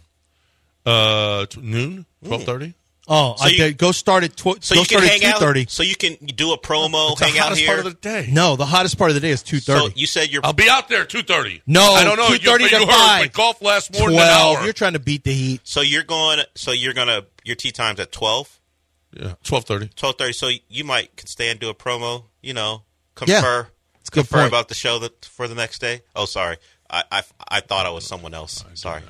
[SPEAKER 3] uh t- noon? Twelve thirty?
[SPEAKER 1] Oh, I
[SPEAKER 4] you-
[SPEAKER 1] did- go start at tw-
[SPEAKER 4] So
[SPEAKER 1] go
[SPEAKER 4] you can
[SPEAKER 1] start at
[SPEAKER 4] hang
[SPEAKER 1] two thirty.
[SPEAKER 4] out. So you can do a promo,
[SPEAKER 3] The
[SPEAKER 4] hang out
[SPEAKER 3] hottest
[SPEAKER 4] here.
[SPEAKER 3] part of the day.
[SPEAKER 1] No, the hottest part of the day is two
[SPEAKER 4] so
[SPEAKER 1] thirty.
[SPEAKER 4] you said you're.
[SPEAKER 3] I'll be out there two thirty.
[SPEAKER 1] No,
[SPEAKER 3] I don't know. You-
[SPEAKER 1] 2:30
[SPEAKER 3] you,
[SPEAKER 1] to
[SPEAKER 3] heard my
[SPEAKER 1] 5.
[SPEAKER 3] golf lasts more than an
[SPEAKER 1] Twelve.
[SPEAKER 3] hour.
[SPEAKER 1] You're trying to beat the heat.
[SPEAKER 4] so you're going. So you're gonna your tea times at twelve.
[SPEAKER 3] yeah, twelve thirty.
[SPEAKER 4] twelve thirty. So you might could stay and do a promo. You know,
[SPEAKER 1] Yeah.
[SPEAKER 4] confer,
[SPEAKER 1] It's a good
[SPEAKER 4] confer
[SPEAKER 1] point.
[SPEAKER 4] about the show that for the next day. Oh, sorry, I I, I thought I was someone else. Sorry,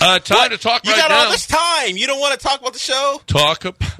[SPEAKER 3] Uh, time to talk
[SPEAKER 4] you
[SPEAKER 3] right
[SPEAKER 4] got
[SPEAKER 3] now.
[SPEAKER 4] all this time. You don't want to talk about the show.
[SPEAKER 3] talk about,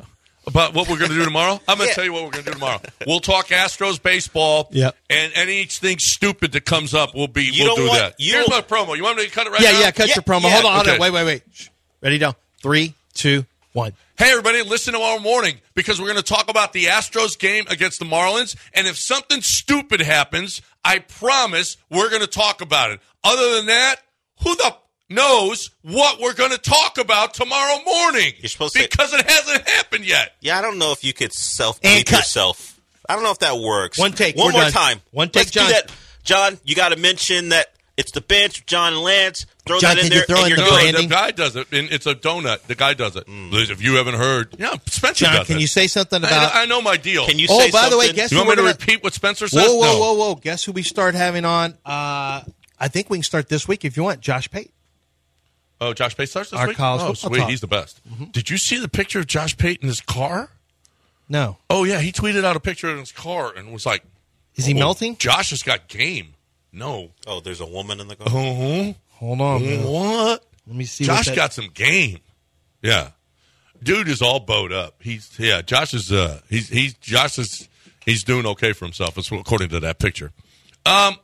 [SPEAKER 3] about what we're going to do tomorrow. I'm going to
[SPEAKER 4] Yeah.
[SPEAKER 3] tell you what we're going to do tomorrow. We'll talk Astros baseball.
[SPEAKER 1] Yep.
[SPEAKER 3] And anything stupid that comes up, we'll be
[SPEAKER 4] You
[SPEAKER 3] we'll
[SPEAKER 4] don't
[SPEAKER 3] do
[SPEAKER 4] want-
[SPEAKER 3] that.
[SPEAKER 4] you
[SPEAKER 3] Here's
[SPEAKER 4] don't-
[SPEAKER 3] my promo. You want me to cut it right
[SPEAKER 1] Yeah,
[SPEAKER 3] now?
[SPEAKER 1] yeah. Cut
[SPEAKER 4] Yeah,
[SPEAKER 1] your promo.
[SPEAKER 4] yeah.
[SPEAKER 1] Hold on. hold on.
[SPEAKER 3] Okay.
[SPEAKER 1] Wait, wait, wait. Shh. Ready down. Three, two, one.
[SPEAKER 3] Hey, everybody, listen tomorrow morning because we're going to talk about the Astros game against the Marlins. And if something stupid happens, I promise we're going to talk about it. Other than that, who the f- knows what we're going to talk about tomorrow morning?
[SPEAKER 4] You're supposed to-
[SPEAKER 3] because it hasn't happened yet.
[SPEAKER 4] Yeah, I don't know if you could self
[SPEAKER 1] And
[SPEAKER 4] bleep
[SPEAKER 1] cut.
[SPEAKER 4] yourself. I don't know if that works.
[SPEAKER 1] One take,
[SPEAKER 4] One
[SPEAKER 1] we're
[SPEAKER 4] more
[SPEAKER 1] done.
[SPEAKER 4] time.
[SPEAKER 1] One take,
[SPEAKER 4] Let's do
[SPEAKER 1] John.
[SPEAKER 4] that. John, you got to mention that it's the bench. with John and Lance. Throw
[SPEAKER 1] John,
[SPEAKER 4] that in
[SPEAKER 1] can you
[SPEAKER 4] there.
[SPEAKER 1] throw
[SPEAKER 4] and
[SPEAKER 1] in
[SPEAKER 4] you're
[SPEAKER 1] the
[SPEAKER 3] No,
[SPEAKER 4] good.
[SPEAKER 1] brand?
[SPEAKER 3] the
[SPEAKER 1] Branding?
[SPEAKER 3] guy does it. And it's a donut. The guy does it. Liz, If you haven't heard, yeah, Spencer
[SPEAKER 1] Mm. John,
[SPEAKER 3] does
[SPEAKER 1] can
[SPEAKER 3] it.
[SPEAKER 1] you say something
[SPEAKER 3] I-
[SPEAKER 1] about?
[SPEAKER 3] I, know my deal.
[SPEAKER 4] Can you?
[SPEAKER 1] oh,
[SPEAKER 4] say
[SPEAKER 1] by the way,
[SPEAKER 4] something?
[SPEAKER 1] guess
[SPEAKER 3] You want
[SPEAKER 1] who
[SPEAKER 3] me to
[SPEAKER 1] we're gonna-
[SPEAKER 3] repeat what Spencer says?
[SPEAKER 1] Whoa, whoa,
[SPEAKER 3] No.
[SPEAKER 1] whoa, whoa! Guess who we start having on? Uh, I think we can start this week if you want. Josh Pate.
[SPEAKER 3] Oh, Josh Pate starts this
[SPEAKER 1] Our
[SPEAKER 3] week.
[SPEAKER 1] college
[SPEAKER 3] oh,
[SPEAKER 1] football
[SPEAKER 3] sweet,
[SPEAKER 1] talk. Mm-hmm.
[SPEAKER 3] he's the best. Did you see the picture of Josh Pate in his car?
[SPEAKER 1] No,
[SPEAKER 3] Oh yeah, he tweeted out a picture in his car and was like,
[SPEAKER 1] is he
[SPEAKER 3] "Oh,
[SPEAKER 1] melting?
[SPEAKER 3] Josh has got game. No,
[SPEAKER 4] Oh, there's a woman in the car.
[SPEAKER 3] Uh-huh.
[SPEAKER 1] Hold on. man.
[SPEAKER 3] what?
[SPEAKER 1] Let me see. what
[SPEAKER 3] Josh
[SPEAKER 1] that-
[SPEAKER 3] got some game. Yeah, dude is all bowed up. He's yeah. Josh is uh he's he's Josh is he's doing okay for himself. It's according to that picture. Um,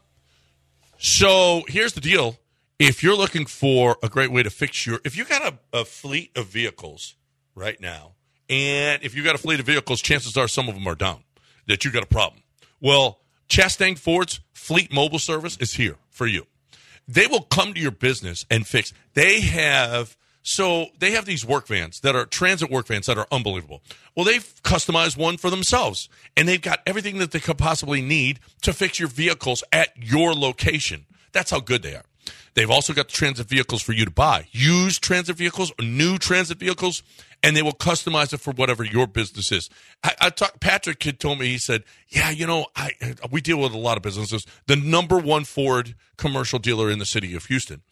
[SPEAKER 3] so here's the deal. If you're looking for a great way to fix your, if you got a, a fleet of vehicles right now, and if you got a fleet of vehicles, chances are some of them are down that you got a problem. Well, Chastang Ford's Fleet Mobile Service is here for you they will come to your business and fix. They have so they have these work vans that are transit work vans that are unbelievable. Well, they've customized one for themselves and they've got everything that they could possibly need to fix your vehicles at your location. That's how good they are. They've also got transit vehicles for you to buy, used transit vehicles, or new transit vehicles, and they will customize it for whatever your business is. I, I talked. Patrick had told me he said, "Yeah, you know, I we deal with a lot of businesses. The number one Ford commercial dealer in the city of Houston."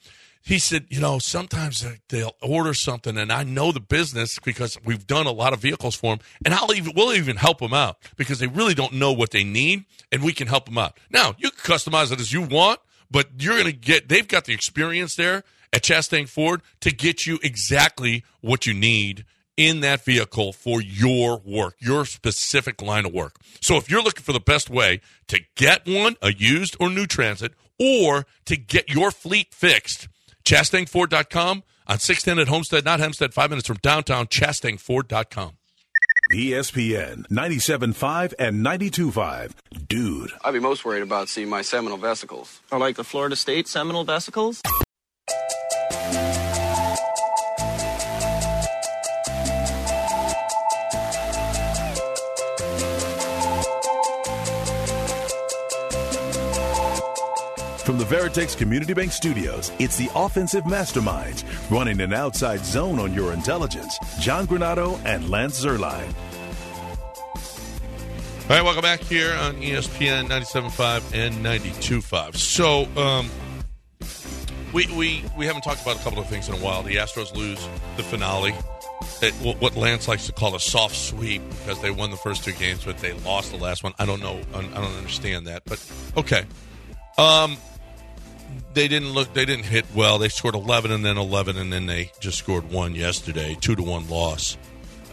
[SPEAKER 3] He said, "You know, sometimes they- they'll order something, and I know the business because we've done a lot of vehicles for them, and I'll even we'll even help them out because they really don't know what they need, and we can help them out. Now you can customize it as you want." but you're going to get they've got the experience there at Chastang Ford to get you exactly what you need in that vehicle for your work, your specific line of work. So if you're looking for the best way to get one, a used or new transit, or to get your fleet fixed, ChastangFord.com on 610 at Homestead, not Hempstead, five minutes from downtown, ChastangFord.com.
[SPEAKER 2] E ESPN 97.5 and 92.5. Dude.
[SPEAKER 7] I'd be most worried about seeing my seminal vesicles.
[SPEAKER 8] Or like the Florida State Seminole vesicles?
[SPEAKER 2] From the Veritex Community Bank Studios, it's the offensive masterminds running an outside zone on your intelligence. John Granado and Lance Zerline.
[SPEAKER 3] All right, welcome back here on E ESPN 97.5 and 92.5. So, um, we, we, we haven't talked about a couple of things in a while. The Astros lose the finale, at wh- what Lance likes to call a soft sweep because they won the first two games, but they lost the last one. I don't know. I I don't understand that, but okay. Um, they didn't look. They didn't hit well. They scored 11 and then 11, and then they just scored one yesterday, two to one loss.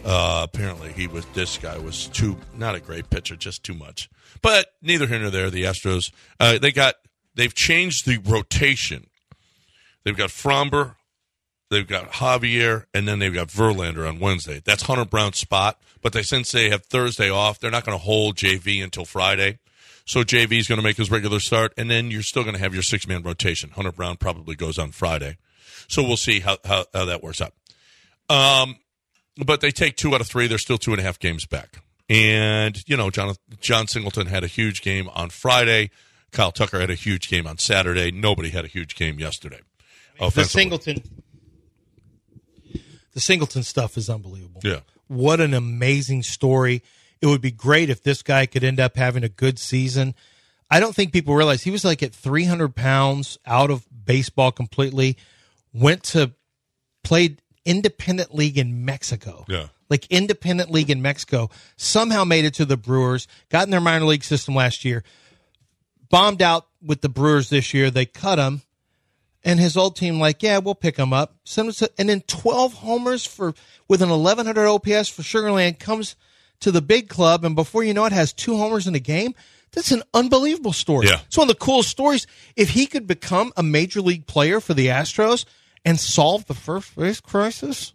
[SPEAKER 3] Uh, apparently, he was this guy was too not a great pitcher, just too much. But neither here nor there. The Astros uh, they got they've changed the rotation. They've got Fromber, they've got Javier, and then they've got Verlander on Wednesday. That's Hunter Brown's spot. But they since they have Thursday off, they're not going to hold JV until Friday. So JV is going to make his regular start, and then you're still going to have your six man rotation. Hunter Brown probably goes on Friday, so we'll see how how, how that works out. Um, but they take two out of three. They're still two and a half games back. And you know, John John Singleton had a huge game on Friday. Kyle Tucker had a huge game on Saturday. Nobody had a huge game yesterday.
[SPEAKER 1] The
[SPEAKER 3] offensively.
[SPEAKER 1] Singleton, the Singleton stuff is unbelievable.
[SPEAKER 3] Yeah.
[SPEAKER 1] what an amazing story! It would be great if this guy could end up having a good season. I don't think people realize he was like at 300 pounds out of baseball completely. Went to played independent league in Mexico.
[SPEAKER 3] Yeah.
[SPEAKER 1] Like independent league in Mexico, somehow made it to the Brewers, got in their minor league system last year, bombed out with the Brewers this year. They cut him, and his old team like, yeah, we'll pick him up. Send him to- and then twelve homers for with an eleven hundred OPS for Sugarland comes to the big club, and before you know it, has two homers in a game. That's an unbelievable story.
[SPEAKER 3] Yeah.
[SPEAKER 1] It's one of the coolest stories. If he could become a major league player for the Astros and solve the first base crisis,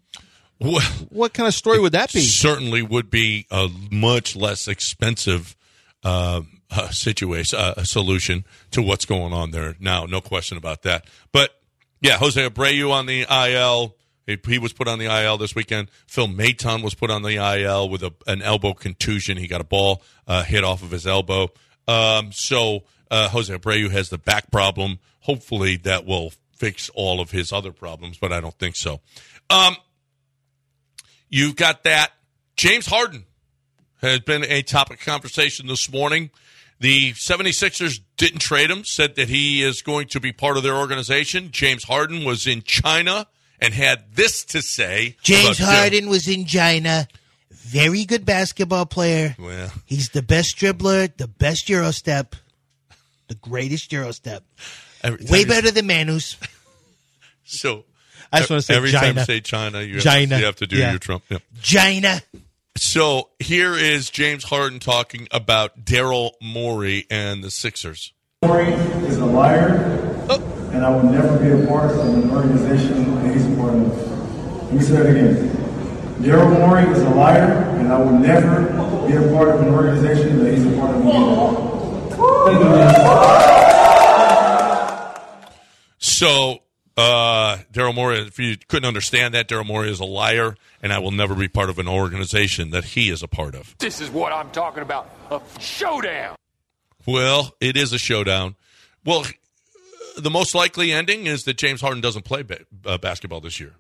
[SPEAKER 3] Well,
[SPEAKER 1] what kind of story would that be?
[SPEAKER 3] certainly would be a much less expensive uh, uh, situation uh, solution to what's going on there now. No question about that. But yeah, Jose Abreu on the IL. He he was put on the IL this weekend. Phil Maton was put on the IL with a, an elbow contusion. He got a ball uh, hit off of his elbow. Um, so uh, Jose Abreu has the back problem. Hopefully that will fix all of his other problems, but I don't think so. Um, You've got that. James Harden has been a topic of conversation this morning. The 76ers didn't trade him, said that he is going to be part of their organization. James Harden was in China and had this to say.
[SPEAKER 9] James
[SPEAKER 3] about-
[SPEAKER 9] Harden was in China. Very good basketball player.
[SPEAKER 3] Well,
[SPEAKER 9] He's the best dribbler, the best Euro step, the greatest Euro step.
[SPEAKER 3] every time
[SPEAKER 9] Way
[SPEAKER 3] you-
[SPEAKER 9] better than Manu's.
[SPEAKER 3] So
[SPEAKER 1] I just want to say
[SPEAKER 3] every time you
[SPEAKER 1] China.
[SPEAKER 3] say China, you have,
[SPEAKER 1] China.
[SPEAKER 3] you have to do
[SPEAKER 1] Yeah.
[SPEAKER 3] your Trump. yeah.
[SPEAKER 9] China.
[SPEAKER 3] So here is James Harden talking about Daryl Morey and the Sixers.
[SPEAKER 10] Corey is a liar, and I will never be a part of an organization that he's a part of. Let me say that again. Daryl Morey is a liar, and I will never be a part of an organization that he's a part of.
[SPEAKER 3] So, uh, Daryl Morey, if you couldn't understand that, Daryl Morey is a liar, and I will never be part of an organization that he is a part of.
[SPEAKER 11] This is what I'm talking about. A showdown.
[SPEAKER 3] Well, it is a showdown. Well, the most likely ending is that James Harden doesn't play ba- uh, basketball this year.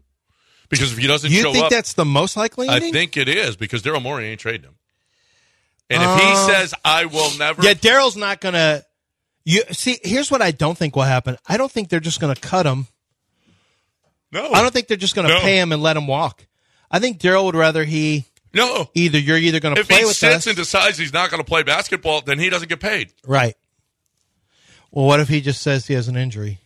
[SPEAKER 3] Because if he doesn't
[SPEAKER 1] You
[SPEAKER 3] show
[SPEAKER 1] think
[SPEAKER 3] up,
[SPEAKER 1] that's the most likely
[SPEAKER 3] I
[SPEAKER 1] ending?
[SPEAKER 3] think it is because Daryl Morey ain't trading him. And if he says, I will never.
[SPEAKER 1] Uh, Yeah, Daryl's not gonna. You see, here's what I don't think will happen. I don't think they're just gonna cut him.
[SPEAKER 3] no.
[SPEAKER 1] I don't think they're just gonna
[SPEAKER 3] No.
[SPEAKER 1] pay him and let him walk. I think Daryl would rather he
[SPEAKER 3] No.
[SPEAKER 1] either you're either gonna
[SPEAKER 3] If
[SPEAKER 1] play
[SPEAKER 3] he
[SPEAKER 1] with
[SPEAKER 3] sits
[SPEAKER 1] us,
[SPEAKER 3] and decides he's not going to play basketball, then he doesn't get paid.
[SPEAKER 1] right? Well, what if he just says he has an injury?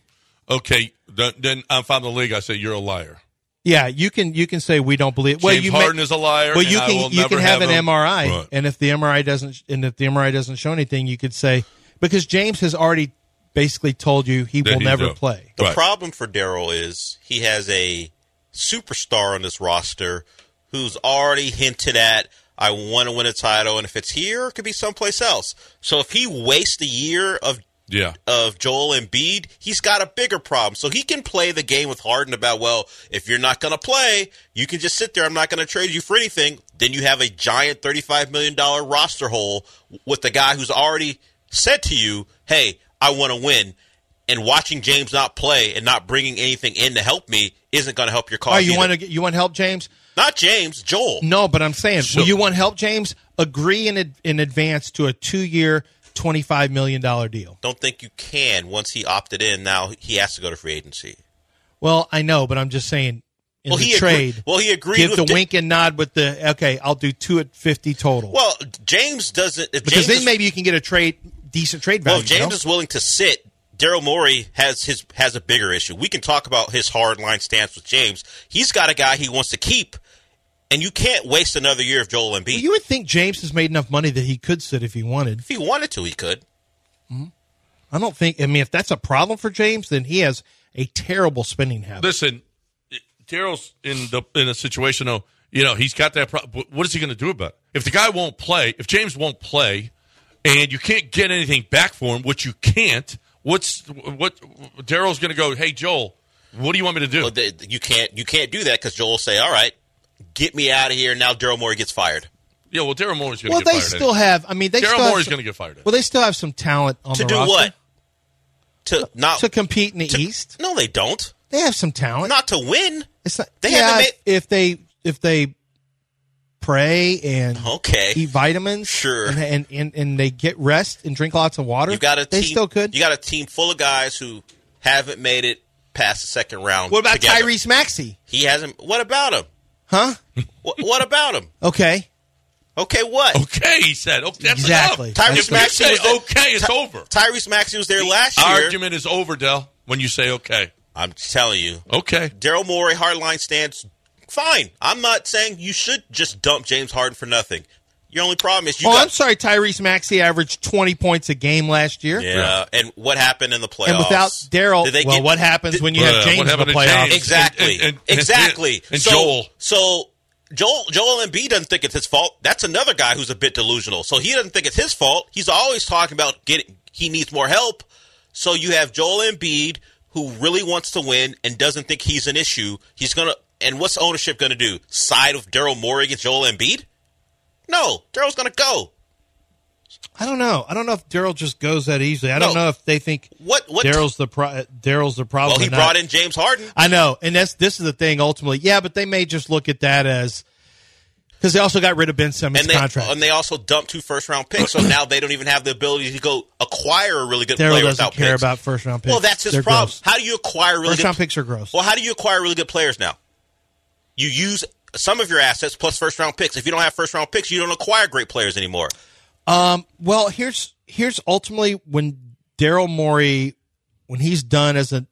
[SPEAKER 3] Okay, then, then I'm from the league. I say, you're a liar.
[SPEAKER 1] Yeah, you can you can say we don't believe. Well,
[SPEAKER 3] James
[SPEAKER 1] you
[SPEAKER 3] Harden is a liar.
[SPEAKER 1] Well, you
[SPEAKER 3] and I will
[SPEAKER 1] can you
[SPEAKER 3] never
[SPEAKER 1] can have, an
[SPEAKER 3] him.
[SPEAKER 1] MRI,
[SPEAKER 3] Right.
[SPEAKER 1] and if the MRI doesn't and if the MRI doesn't show anything, you could say because James has already basically told you he
[SPEAKER 3] That
[SPEAKER 1] will
[SPEAKER 3] he's
[SPEAKER 1] never
[SPEAKER 3] out.
[SPEAKER 1] play.
[SPEAKER 4] The
[SPEAKER 3] Right.
[SPEAKER 4] problem for Daryl is he has a superstar on this roster who's already hinted at, I want to win a title, and if it's here, it could be someplace else. So if he wastes a year of
[SPEAKER 3] yeah,
[SPEAKER 4] of Joel Embiid, he's got a bigger problem. So he can play the game with Harden about, well, if you're not going to play, you can just sit there. I'm not going to trade you for anything. Then you have a giant $35 million roster hole with the guy who's already said to you, hey, I want to win. And watching James not play and not bringing anything in to help me isn't going to help your cause.
[SPEAKER 1] Oh, you
[SPEAKER 4] either.
[SPEAKER 1] want to you want help, James?
[SPEAKER 4] Not James, Joel.
[SPEAKER 1] No, but I'm saying, will you want help, James? agree in ad- in advance to a two year, twenty five million dollar deal.
[SPEAKER 4] Don't think you can. Once he opted in, now he has to go to free agency.
[SPEAKER 1] Well, I know, but I'm just saying. In
[SPEAKER 4] Well,
[SPEAKER 1] the
[SPEAKER 4] he agree-
[SPEAKER 1] trade.
[SPEAKER 4] well, he agreed
[SPEAKER 1] Give
[SPEAKER 4] with
[SPEAKER 1] the
[SPEAKER 4] Dick-
[SPEAKER 1] wink and nod with the okay. I'll do two at fifty total.
[SPEAKER 4] Well, James doesn't. If
[SPEAKER 1] because
[SPEAKER 4] James
[SPEAKER 1] then
[SPEAKER 4] is,
[SPEAKER 1] maybe you can get a trade, decent trade value.
[SPEAKER 4] well, if James
[SPEAKER 1] you know?
[SPEAKER 4] is willing to sit. Daryl Morey has his has a bigger issue. We can talk about his hard line stance with James. He's got a guy he wants to keep, and you can't waste another year of Joel Embiid.
[SPEAKER 1] Well, you would think James has made enough money that he could sit if he wanted.
[SPEAKER 4] if he wanted to, he could.
[SPEAKER 1] I don't think. I mean, if that's a problem for James, then he has a terrible spending habit.
[SPEAKER 3] Listen, Daryl's in the in a situation though. You know he's got that problem. What is he going to do about it? If the guy won't play, if James won't play, and you can't get anything back for him, which you can't, what's what? Daryl's going to go. Hey Joel, what do you want me to do?
[SPEAKER 4] Well, they, you can't you can't do that because Joel will say, "All right, get me out of here." Now Daryl Morey gets fired.
[SPEAKER 3] yeah, well Daryl Morey's going to
[SPEAKER 1] Well,
[SPEAKER 3] get
[SPEAKER 1] they
[SPEAKER 3] fired.
[SPEAKER 1] still have. I mean, they
[SPEAKER 3] Daryl
[SPEAKER 1] still have
[SPEAKER 3] Morey's
[SPEAKER 1] some-
[SPEAKER 3] gonna get fired.
[SPEAKER 1] Well, they still have some talent on
[SPEAKER 4] To
[SPEAKER 1] the
[SPEAKER 4] do
[SPEAKER 1] roster
[SPEAKER 4] what? To not
[SPEAKER 1] to compete in the East.
[SPEAKER 4] No, they don't.
[SPEAKER 1] They have some talent.
[SPEAKER 4] Not to win.
[SPEAKER 1] It's not,
[SPEAKER 4] They
[SPEAKER 1] yeah,
[SPEAKER 4] haven't made-
[SPEAKER 1] if they if they pray and
[SPEAKER 4] Okay.
[SPEAKER 1] eat vitamins,
[SPEAKER 4] Sure.
[SPEAKER 1] and and, and and they get rest and drink lots of water.
[SPEAKER 4] You've got a
[SPEAKER 1] they
[SPEAKER 4] team,
[SPEAKER 1] still could.
[SPEAKER 4] You got a team full of guys who haven't made it past the second round.
[SPEAKER 1] what about
[SPEAKER 4] together.
[SPEAKER 1] Tyrese Maxey?
[SPEAKER 4] He hasn't. What about him?
[SPEAKER 1] Huh?
[SPEAKER 4] What, what about him?
[SPEAKER 1] Okay.
[SPEAKER 4] Okay, what?
[SPEAKER 3] okay, he said. Okay, that's
[SPEAKER 1] Exactly.
[SPEAKER 3] Enough.
[SPEAKER 4] Tyrese
[SPEAKER 3] if you
[SPEAKER 4] Maxey
[SPEAKER 3] say
[SPEAKER 4] was the-
[SPEAKER 3] okay, it's over.
[SPEAKER 4] Tyrese Maxey was there last year.
[SPEAKER 3] Argument is over, Dell. When you say okay,
[SPEAKER 4] I'm telling you,
[SPEAKER 3] okay.
[SPEAKER 4] Daryl Morey hardline stance. Fine. I'm not saying you should just dump James Harden for nothing. Your only problem is you
[SPEAKER 1] oh,
[SPEAKER 4] got
[SPEAKER 1] I'm sorry. Tyrese Maxey averaged 20 points a game last year.
[SPEAKER 4] Yeah, and what happened in the playoffs?
[SPEAKER 1] And without Daryl,
[SPEAKER 4] Did they
[SPEAKER 1] well,
[SPEAKER 4] get-
[SPEAKER 1] what happens
[SPEAKER 4] did- uh,
[SPEAKER 1] when you have
[SPEAKER 3] Yeah,
[SPEAKER 1] James
[SPEAKER 3] what
[SPEAKER 1] in the
[SPEAKER 3] happened to
[SPEAKER 1] playoffs?
[SPEAKER 3] James?
[SPEAKER 4] exactly,
[SPEAKER 3] And- and- and-
[SPEAKER 4] exactly,
[SPEAKER 3] and
[SPEAKER 4] so,
[SPEAKER 3] Joel.
[SPEAKER 4] So Joel, Joel Embiid doesn't think it's his fault. That's another guy who's a bit delusional. So he doesn't think it's his fault. He's always talking about getting. He needs more help. So you have Joel Embiid who really wants to win and doesn't think he's an issue. He's gonna. And what's ownership gonna do? Side of Daryl Morey against Joel Embiid? No, Daryl's gonna go.
[SPEAKER 1] I don't know. I don't know if Daryl just goes that easily. I don't
[SPEAKER 4] No.
[SPEAKER 1] know if they think
[SPEAKER 4] What? What?
[SPEAKER 1] Daryl's the pro- uh, Daryl's the problem.
[SPEAKER 4] well, he
[SPEAKER 1] or not.
[SPEAKER 4] brought in James Harden.
[SPEAKER 1] I know, and that's this is the thing. Ultimately, yeah, but they may just look at that as because they also got rid of Ben Simmons'
[SPEAKER 4] and they
[SPEAKER 1] contract.
[SPEAKER 4] and they also dumped two first round picks, so now they don't even have the ability to go acquire a really good
[SPEAKER 1] Daryl
[SPEAKER 4] player
[SPEAKER 1] doesn't
[SPEAKER 4] without
[SPEAKER 1] care
[SPEAKER 4] picks.
[SPEAKER 1] about first round picks.
[SPEAKER 4] Well, that's his
[SPEAKER 1] They're
[SPEAKER 4] problem.
[SPEAKER 1] gross.
[SPEAKER 4] How do you acquire really
[SPEAKER 1] First
[SPEAKER 4] good
[SPEAKER 1] round picks are gross.
[SPEAKER 4] Well, how do you acquire really good players now? You use some of your assets plus first round picks. If you don't have first round picks, you don't acquire great players anymore.
[SPEAKER 1] Um, well, here's here's ultimately when Daryl Morey, when he's done as a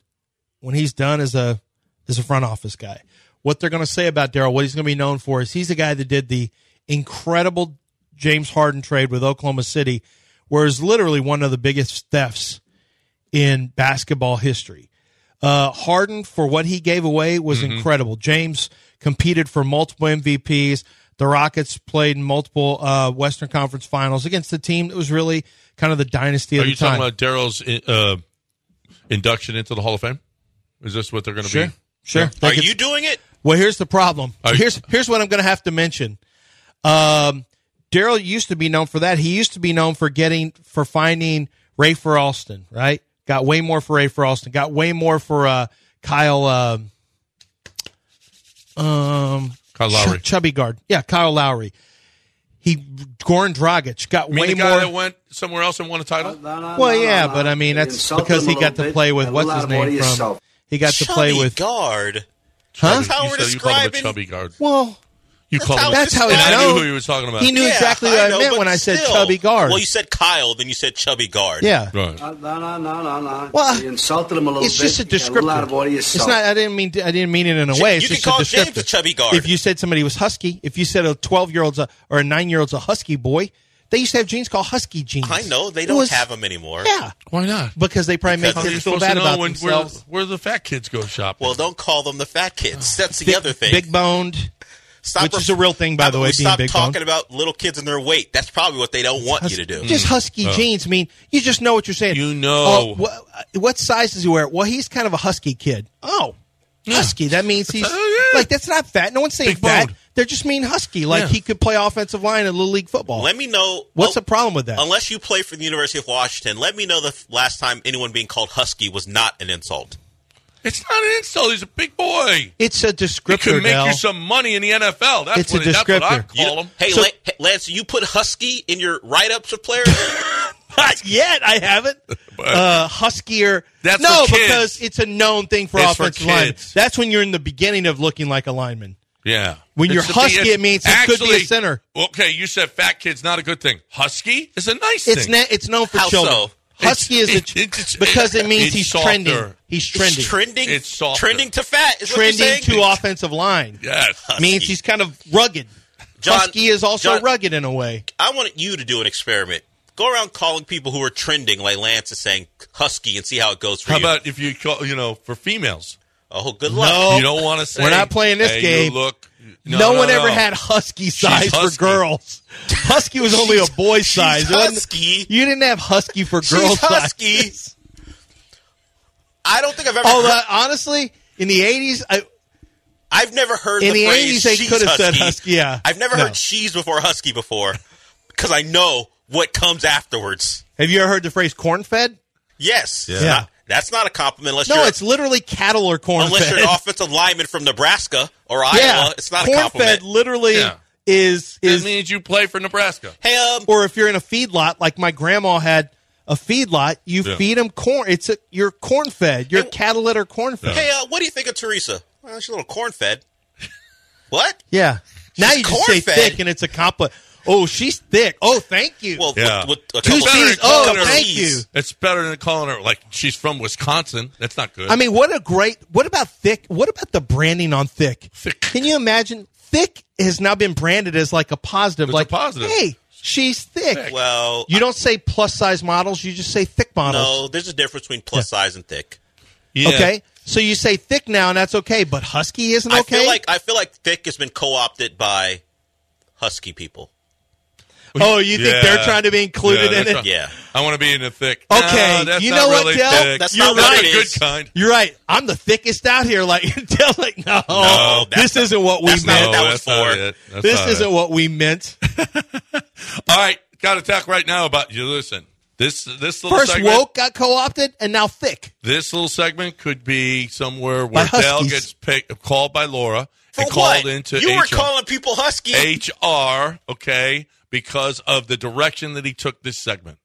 [SPEAKER 1] when he's done as a as a front office guy, what they're going to say about Daryl, what he's going to be known for is he's the guy that did the incredible James Harden trade with Oklahoma City, where it's literally one of the biggest thefts in basketball history. Uh, Harden for what he gave away was
[SPEAKER 3] Mm-hmm.
[SPEAKER 1] incredible. James competed for multiple MVPs. The Rockets played in multiple uh, Western Conference Finals against the team that was really kind of the dynasty
[SPEAKER 3] Are
[SPEAKER 1] of
[SPEAKER 3] you
[SPEAKER 1] the time.
[SPEAKER 3] talking about Daryl's uh, induction into the Hall of Fame? Is this what they're going to
[SPEAKER 1] sure,
[SPEAKER 3] be?
[SPEAKER 1] sure. They
[SPEAKER 4] Are
[SPEAKER 1] could-
[SPEAKER 4] you doing it?
[SPEAKER 1] Well, here's the problem.
[SPEAKER 3] Are you-
[SPEAKER 1] here's here's what I'm going to have to mention. Um, Daryl used to be known for that. He used to be known for getting for finding Ray for Alston, right? Got way more for Ray for Alston. Got way more for uh, Kyle. Um, um,
[SPEAKER 3] Kyle Lowry.
[SPEAKER 1] Ch- Chubby guard. Yeah, Kyle Lowry. He Goran Dragic got
[SPEAKER 3] mean
[SPEAKER 1] way
[SPEAKER 3] the guy
[SPEAKER 1] more.
[SPEAKER 3] that went somewhere else and won a title?
[SPEAKER 1] well, yeah, but I mean that's because he got to play with what's his name from. He got to play
[SPEAKER 4] Chubby
[SPEAKER 1] with
[SPEAKER 4] guard.
[SPEAKER 1] huh?
[SPEAKER 4] That's how
[SPEAKER 3] you
[SPEAKER 4] we're
[SPEAKER 3] said you called him a
[SPEAKER 4] describing.
[SPEAKER 3] chubby guard.
[SPEAKER 1] Well,
[SPEAKER 3] You called him. a-
[SPEAKER 1] That's how
[SPEAKER 3] and
[SPEAKER 1] it's
[SPEAKER 3] Oh, I knew
[SPEAKER 1] known.
[SPEAKER 3] who he was talking about.
[SPEAKER 1] He knew
[SPEAKER 4] Yeah,
[SPEAKER 1] exactly what I,
[SPEAKER 4] know,
[SPEAKER 1] meant
[SPEAKER 4] but
[SPEAKER 1] when I said
[SPEAKER 4] still.
[SPEAKER 1] chubby guard.
[SPEAKER 4] Well, you said Kyle, then you said chubby guard.
[SPEAKER 1] yeah.
[SPEAKER 3] Right.
[SPEAKER 1] Well,
[SPEAKER 12] Well, you insulted him a little
[SPEAKER 1] It's
[SPEAKER 12] bit.
[SPEAKER 1] just a
[SPEAKER 12] You got a lot of audio
[SPEAKER 1] descriptor. It's not. I didn't mean. To, I didn't mean it in a
[SPEAKER 4] You-
[SPEAKER 1] way. It's
[SPEAKER 4] you
[SPEAKER 1] just
[SPEAKER 4] can call
[SPEAKER 1] a
[SPEAKER 4] James
[SPEAKER 1] descriptor.
[SPEAKER 4] a chubby guard.
[SPEAKER 1] If you said somebody was husky, if you said a twelve-year-old's a, or a nine-year-old's a husky boy, they used to have jeans called husky jeans.
[SPEAKER 4] I know they
[SPEAKER 1] It
[SPEAKER 4] don't
[SPEAKER 1] was-
[SPEAKER 4] have him anymore.
[SPEAKER 1] Yeah,
[SPEAKER 3] Why not?
[SPEAKER 1] because they probably make
[SPEAKER 4] Because how
[SPEAKER 1] kids
[SPEAKER 4] you're
[SPEAKER 1] feel bad about themselves.
[SPEAKER 3] where, where the fat kids go shopping.
[SPEAKER 4] Well, don't call them the fat kids. That's the other thing.
[SPEAKER 1] Big boned.
[SPEAKER 4] Stop
[SPEAKER 1] Which is a real thing, by
[SPEAKER 4] How
[SPEAKER 1] the
[SPEAKER 4] about
[SPEAKER 1] way,
[SPEAKER 4] we
[SPEAKER 1] being
[SPEAKER 4] Stop
[SPEAKER 1] big
[SPEAKER 4] talking
[SPEAKER 1] boned.
[SPEAKER 4] about little kids and their weight. That's probably what they don't want you to do. Mm.
[SPEAKER 1] Just husky jeans. I mean, you just know what you're saying.
[SPEAKER 3] Hmm. Oh. You know.
[SPEAKER 1] Oh, wha- what size does he wear? Well, he's kind of a husky kid. Oh, husky. That means he's
[SPEAKER 3] Oh, yeah.
[SPEAKER 1] like that's not fat. No one's saying
[SPEAKER 3] Big
[SPEAKER 1] fat.
[SPEAKER 3] boned.
[SPEAKER 1] They're just mean husky. Like
[SPEAKER 3] Yeah.
[SPEAKER 1] he could play offensive line in little league football.
[SPEAKER 4] Let me know.
[SPEAKER 1] What's the
[SPEAKER 4] oh,
[SPEAKER 1] problem with that?
[SPEAKER 4] Unless you play for the University of Washington, let me know the f- last time anyone being called husky was not an insult.
[SPEAKER 3] It's not an insult. He's a big boy.
[SPEAKER 1] It's a descriptor. He
[SPEAKER 3] could make
[SPEAKER 1] Dell.
[SPEAKER 3] you some money in the NFL. That's
[SPEAKER 1] It's a
[SPEAKER 3] what, that's what I
[SPEAKER 1] descriptor.
[SPEAKER 3] call
[SPEAKER 4] You-
[SPEAKER 3] him.
[SPEAKER 4] hey,
[SPEAKER 1] So-
[SPEAKER 4] La- hey, Lance, you put Husky in your write-ups of players?
[SPEAKER 1] Not yet. I haven't. uh, huskier.
[SPEAKER 4] That's
[SPEAKER 1] no,
[SPEAKER 4] for kids.
[SPEAKER 1] because it's a known thing for
[SPEAKER 3] It's for
[SPEAKER 1] offensive linemen.
[SPEAKER 3] kids.
[SPEAKER 1] That's when you're in the beginning of looking like a lineman.
[SPEAKER 3] Yeah.
[SPEAKER 1] When you're
[SPEAKER 3] the
[SPEAKER 1] husky,
[SPEAKER 3] end-
[SPEAKER 1] it means it could be a
[SPEAKER 3] Actually,
[SPEAKER 1] center.
[SPEAKER 3] Okay, you said fat kid's not a good thing. Husky is a nice
[SPEAKER 1] It's
[SPEAKER 3] thing.
[SPEAKER 1] na- it's known for
[SPEAKER 3] How
[SPEAKER 1] children.
[SPEAKER 3] so?
[SPEAKER 1] Husky is a ch- because it means
[SPEAKER 3] it's
[SPEAKER 1] he's
[SPEAKER 3] softer.
[SPEAKER 1] trending. He's trending.
[SPEAKER 4] trending,
[SPEAKER 3] It's softer.
[SPEAKER 4] trending to fat is what you're
[SPEAKER 1] trending
[SPEAKER 4] saying?
[SPEAKER 1] to offensive line.
[SPEAKER 3] Yes.
[SPEAKER 1] means he's kind of rugged.
[SPEAKER 4] John-
[SPEAKER 1] husky is also
[SPEAKER 4] John-
[SPEAKER 1] rugged in a way.
[SPEAKER 4] I want you to do an experiment. Go around calling people who are trending, like Lance is saying, Husky, and see how it goes for
[SPEAKER 3] How
[SPEAKER 4] you.
[SPEAKER 3] about if you call, you know, for females?
[SPEAKER 4] oh, good luck.
[SPEAKER 1] No.
[SPEAKER 3] You don't want to say.
[SPEAKER 1] We're not playing this
[SPEAKER 3] hey,
[SPEAKER 1] game.
[SPEAKER 3] You look.
[SPEAKER 1] No, one ever had husky size
[SPEAKER 3] husky.
[SPEAKER 1] for girls. Husky was only a boy size. It wasn't-
[SPEAKER 4] husky.
[SPEAKER 1] You didn't have husky for
[SPEAKER 4] She's
[SPEAKER 1] girls size.
[SPEAKER 4] Husky. I don't think I've ever.
[SPEAKER 1] Although
[SPEAKER 4] heard,
[SPEAKER 1] honestly, in the eighties, I,
[SPEAKER 4] I've never heard
[SPEAKER 1] in
[SPEAKER 4] the,
[SPEAKER 1] the
[SPEAKER 4] phrase
[SPEAKER 1] 80s, they
[SPEAKER 4] "she's
[SPEAKER 1] could have
[SPEAKER 4] husky.
[SPEAKER 1] said husky, yeah.
[SPEAKER 4] I've never
[SPEAKER 1] No.
[SPEAKER 4] heard "she's" before "husky" before because I know what comes afterwards.
[SPEAKER 1] have you ever heard the phrase corn fed?
[SPEAKER 4] Yes,
[SPEAKER 1] Yeah.
[SPEAKER 4] Not- that's not a compliment unless
[SPEAKER 1] No,
[SPEAKER 4] you're
[SPEAKER 1] it's literally cattle or corn
[SPEAKER 4] unless
[SPEAKER 1] fed.
[SPEAKER 4] you're an offensive lineman from Nebraska or Iowa.
[SPEAKER 1] yeah,
[SPEAKER 4] It's not
[SPEAKER 1] corn
[SPEAKER 4] a compliment.
[SPEAKER 1] fed. Literally
[SPEAKER 3] Yeah.
[SPEAKER 1] is
[SPEAKER 3] It
[SPEAKER 1] is
[SPEAKER 3] means you play for Nebraska.
[SPEAKER 4] Hey, um,
[SPEAKER 1] or if you're in a feedlot, like my grandma had a feedlot, you feed
[SPEAKER 3] Yeah.
[SPEAKER 1] 'em feed them corn. It's a, you're corn fed. You're cattle litter corn fed.
[SPEAKER 4] hey, uh, what do you think of Teresa? Well, she's a little corn fed. What?
[SPEAKER 1] Yeah. Now you just say
[SPEAKER 4] corn-fed.
[SPEAKER 1] thick, and it's a compliment. Oh, she's thick. Oh, thank you.
[SPEAKER 4] Well,
[SPEAKER 3] Yeah.
[SPEAKER 4] with, with a
[SPEAKER 1] Two
[SPEAKER 4] couple
[SPEAKER 3] better
[SPEAKER 1] C's.
[SPEAKER 3] than
[SPEAKER 1] Oh,
[SPEAKER 3] calling her-
[SPEAKER 1] thank you.
[SPEAKER 3] It's better than calling her like she's from Wisconsin. That's not good.
[SPEAKER 1] I mean, what a great. What about thick? What about the branding on thick?
[SPEAKER 3] Thick.
[SPEAKER 1] Can you imagine? Thick has now been branded as like a positive.
[SPEAKER 3] It's a
[SPEAKER 1] like
[SPEAKER 3] positive.
[SPEAKER 1] Hey, she's thick.
[SPEAKER 4] Well,
[SPEAKER 1] You don't say plus size models. You just say thick models.
[SPEAKER 4] no, there's a difference between plus size and thick.
[SPEAKER 3] Yeah.
[SPEAKER 1] Okay. So you say thick now, and that's okay. But husky isn't
[SPEAKER 4] I
[SPEAKER 1] okay.
[SPEAKER 4] feel like I feel like thick has been co-opted by husky people.
[SPEAKER 1] oh, you think they're
[SPEAKER 3] Yeah.
[SPEAKER 1] trying to be included
[SPEAKER 3] Yeah,
[SPEAKER 1] in
[SPEAKER 3] they're
[SPEAKER 1] it?
[SPEAKER 3] trying-
[SPEAKER 4] Yeah.
[SPEAKER 3] I want to be in the thick.
[SPEAKER 1] Okay,
[SPEAKER 3] No, that's
[SPEAKER 1] you
[SPEAKER 3] not
[SPEAKER 1] know what,
[SPEAKER 3] really
[SPEAKER 1] Del?
[SPEAKER 3] thick.
[SPEAKER 4] That's
[SPEAKER 1] You're
[SPEAKER 4] not what
[SPEAKER 1] right.
[SPEAKER 4] it
[SPEAKER 3] a
[SPEAKER 4] is.
[SPEAKER 3] good kind.
[SPEAKER 1] You're right. I'm the thickest out here. Like, Dale's like, no,
[SPEAKER 4] No, that's
[SPEAKER 1] this isn't what we
[SPEAKER 4] that's
[SPEAKER 1] meant.
[SPEAKER 4] not what that
[SPEAKER 3] No,
[SPEAKER 4] was
[SPEAKER 3] that's not
[SPEAKER 4] for.
[SPEAKER 3] it. That's
[SPEAKER 1] this
[SPEAKER 3] not
[SPEAKER 1] isn't
[SPEAKER 3] it.
[SPEAKER 1] what we meant.
[SPEAKER 3] All right, got to talk right now about you. Listen, this this little
[SPEAKER 1] First
[SPEAKER 3] segment,
[SPEAKER 1] woke got co-opted, and now thick.
[SPEAKER 3] this little segment could be somewhere where Dale
[SPEAKER 1] Huskies.
[SPEAKER 3] gets picked, called by Laura
[SPEAKER 4] For
[SPEAKER 3] and
[SPEAKER 4] what?
[SPEAKER 3] called into
[SPEAKER 4] you
[SPEAKER 3] HR,
[SPEAKER 4] were calling people husky.
[SPEAKER 3] HR, okay, because of the direction that he took this segment.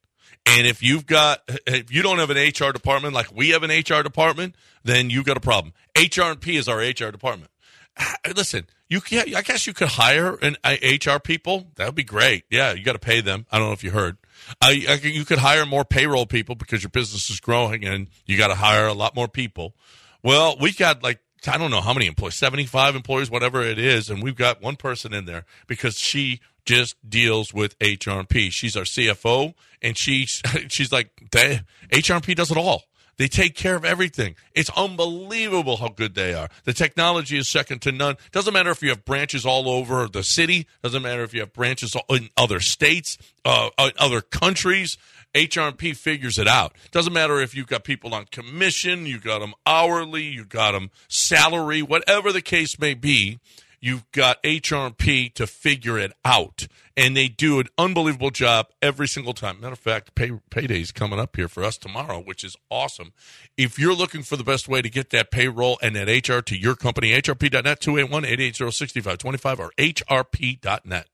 [SPEAKER 3] And if you've got if you don't have an HR department like we have an HR department, then you've got a problem. HRP is our HR department. Listen, you can I guess you could hire an I- HR people. That would be great. Yeah, you got to pay them. I don't know if you heard. I, I could- you could hire more payroll people because your business is growing and you got to hire a lot more people. Well, we got like I don't know how many employees, 75 employees, whatever it is, and we've got one person in there because she just deals with HRP. She's our CFO, and she she's like they, HRP does it all. They take care of everything. It's unbelievable how good they are. The technology is second to none. Doesn't matter if you have branches all over the city. Doesn't matter if you have branches all- in other states, uh, uh, other countries. HRP figures it out. Doesn't matter if you've got people on commission, you got them hourly, you got them salary, whatever the case may be, you've got HRP to figure it out. And they do an unbelievable job every single time. Matter of fact, pay, payday's coming up here for us tomorrow, which is awesome. If you're looking for the best way to get that payroll and that HR to your company, hrp.net 281 880 6525 or hrp.net.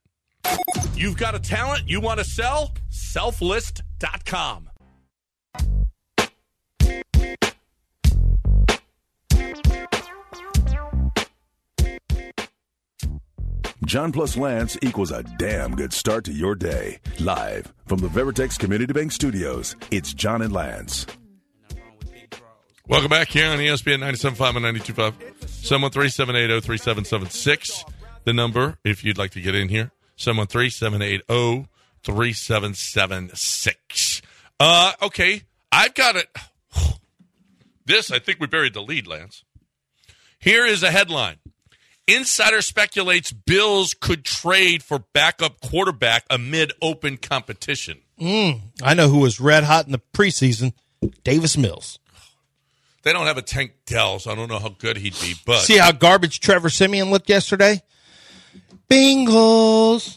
[SPEAKER 3] You've got a talent you want to sell? Selflist.com.
[SPEAKER 2] John plus Lance equals a damn good start to your day. Live from the Veritex Community Bank Studios, it's John and Lance.
[SPEAKER 3] Welcome back here on E ESPN 975 and 925. 713 780 3776. The number, if you'd like to get in here, 713 780 3776. Uh, okay, I've got it. This, I think we buried the lead, Lance. Here is a headline Insider speculates Bills could trade for backup quarterback amid open competition.
[SPEAKER 1] I know who was red hot in the preseason. Davis Mills.
[SPEAKER 3] They don't have a Tank Dell, so I don't know how good he'd be, but.
[SPEAKER 1] See how garbage Trevor Simeon looked yesterday. Bengals.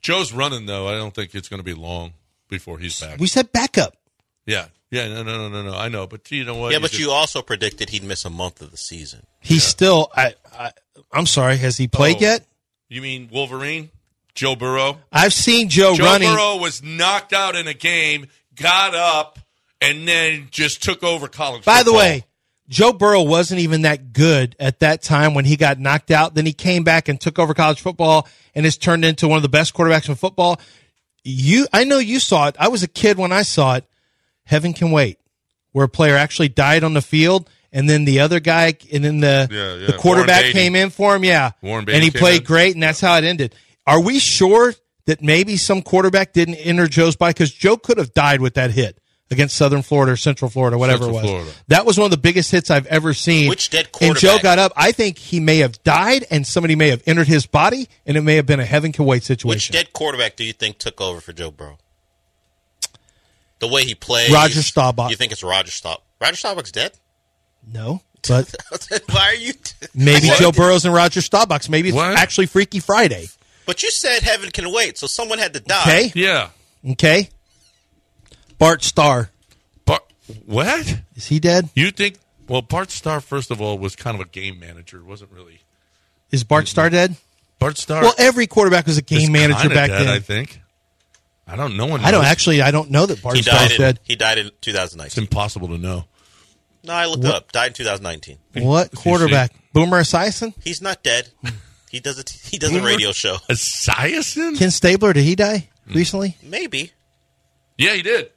[SPEAKER 3] Joe's running though. I don't think it's going to be long before he's back.
[SPEAKER 1] We said backup.
[SPEAKER 3] Yeah. Yeah. No. No. No. No. No. I know, but you know what?
[SPEAKER 4] yeah,
[SPEAKER 3] He's
[SPEAKER 4] but
[SPEAKER 3] just-
[SPEAKER 4] you also predicted he'd miss a month of the season.
[SPEAKER 1] He's still. I, I. I'm sorry. Has he played
[SPEAKER 3] Oh.
[SPEAKER 1] yet?
[SPEAKER 3] You mean Wolverine? Joe Burrow?
[SPEAKER 1] I've seen Joe,
[SPEAKER 3] Joe
[SPEAKER 1] Oh, running.
[SPEAKER 3] Burrow was knocked out in a game, got up, and then just took over college.
[SPEAKER 1] By the
[SPEAKER 3] football.
[SPEAKER 1] way, Joe Burrow wasn't even that good at that time when he got knocked out. Then he came back and took over college football and has turned into one of the best quarterbacks in football. You, I know you saw it. I was a kid when I saw it. Heaven can wait, where a player actually died on the field, and then the other guy, and then the
[SPEAKER 3] Yeah, yeah.
[SPEAKER 1] the quarterback
[SPEAKER 3] Warren Beatty.
[SPEAKER 1] came in for him. Yeah,
[SPEAKER 3] Warren Beatty
[SPEAKER 1] and he
[SPEAKER 3] came
[SPEAKER 1] played
[SPEAKER 3] in.
[SPEAKER 1] great, and that's how it ended. Are we sure that maybe some quarterback didn't enter Joe's body because Joe could have died with that hit against Southern Florida or Central Florida, whatever
[SPEAKER 3] Central
[SPEAKER 1] it was.
[SPEAKER 3] Florida.
[SPEAKER 1] That was one of the biggest hits I've ever seen.
[SPEAKER 4] Which dead
[SPEAKER 1] And Joe
[SPEAKER 4] quarterback?
[SPEAKER 1] got up. I think he may have died, and somebody may have entered his body, and it may have been a heaven can wait
[SPEAKER 4] Which
[SPEAKER 1] situation.
[SPEAKER 4] dead quarterback do you think took over for Joe Burrow? The way he plays,
[SPEAKER 1] Roger Staubach.
[SPEAKER 4] You think it's Roger Staubach? Roger Staubach's dead.
[SPEAKER 1] no, but
[SPEAKER 4] Why are you?
[SPEAKER 1] maybe
[SPEAKER 4] What?
[SPEAKER 1] Joe Burrows and Roger Staubach's. Maybe it's
[SPEAKER 3] What?
[SPEAKER 1] actually Freaky Friday.
[SPEAKER 4] But you said heaven can wait, so someone had to
[SPEAKER 3] Ah.
[SPEAKER 4] die.
[SPEAKER 1] Okay,
[SPEAKER 3] yeah,
[SPEAKER 1] okay. Bart Starr
[SPEAKER 3] but what
[SPEAKER 1] is he dead?
[SPEAKER 3] you think? Well, Bart Starr, first of all, was kind of a game manager. wasn't really
[SPEAKER 1] Is Bart Starr dead?
[SPEAKER 3] Bart Starr.
[SPEAKER 1] Well, every quarterback was a
[SPEAKER 3] is
[SPEAKER 1] game manager
[SPEAKER 3] kinda
[SPEAKER 1] back
[SPEAKER 3] dead,
[SPEAKER 1] then.
[SPEAKER 3] I think. I don't know.
[SPEAKER 1] I don't actually. I don't know that Bart
[SPEAKER 4] He died.
[SPEAKER 1] Starr's
[SPEAKER 4] In,
[SPEAKER 1] dead.
[SPEAKER 4] he died in
[SPEAKER 3] It's
[SPEAKER 4] 2019.
[SPEAKER 3] impossible to know.
[SPEAKER 4] No, I looked it
[SPEAKER 1] What?
[SPEAKER 4] up. Died in 2019.
[SPEAKER 1] What
[SPEAKER 3] You see-
[SPEAKER 1] quarterback? Boomer Esiason?
[SPEAKER 4] He's not dead. He does a he does a
[SPEAKER 3] Boomer?
[SPEAKER 4] radio show.
[SPEAKER 3] Esiason?
[SPEAKER 1] Ken Stabler? Did he die recently?
[SPEAKER 4] Maybe,
[SPEAKER 3] Yeah, he did.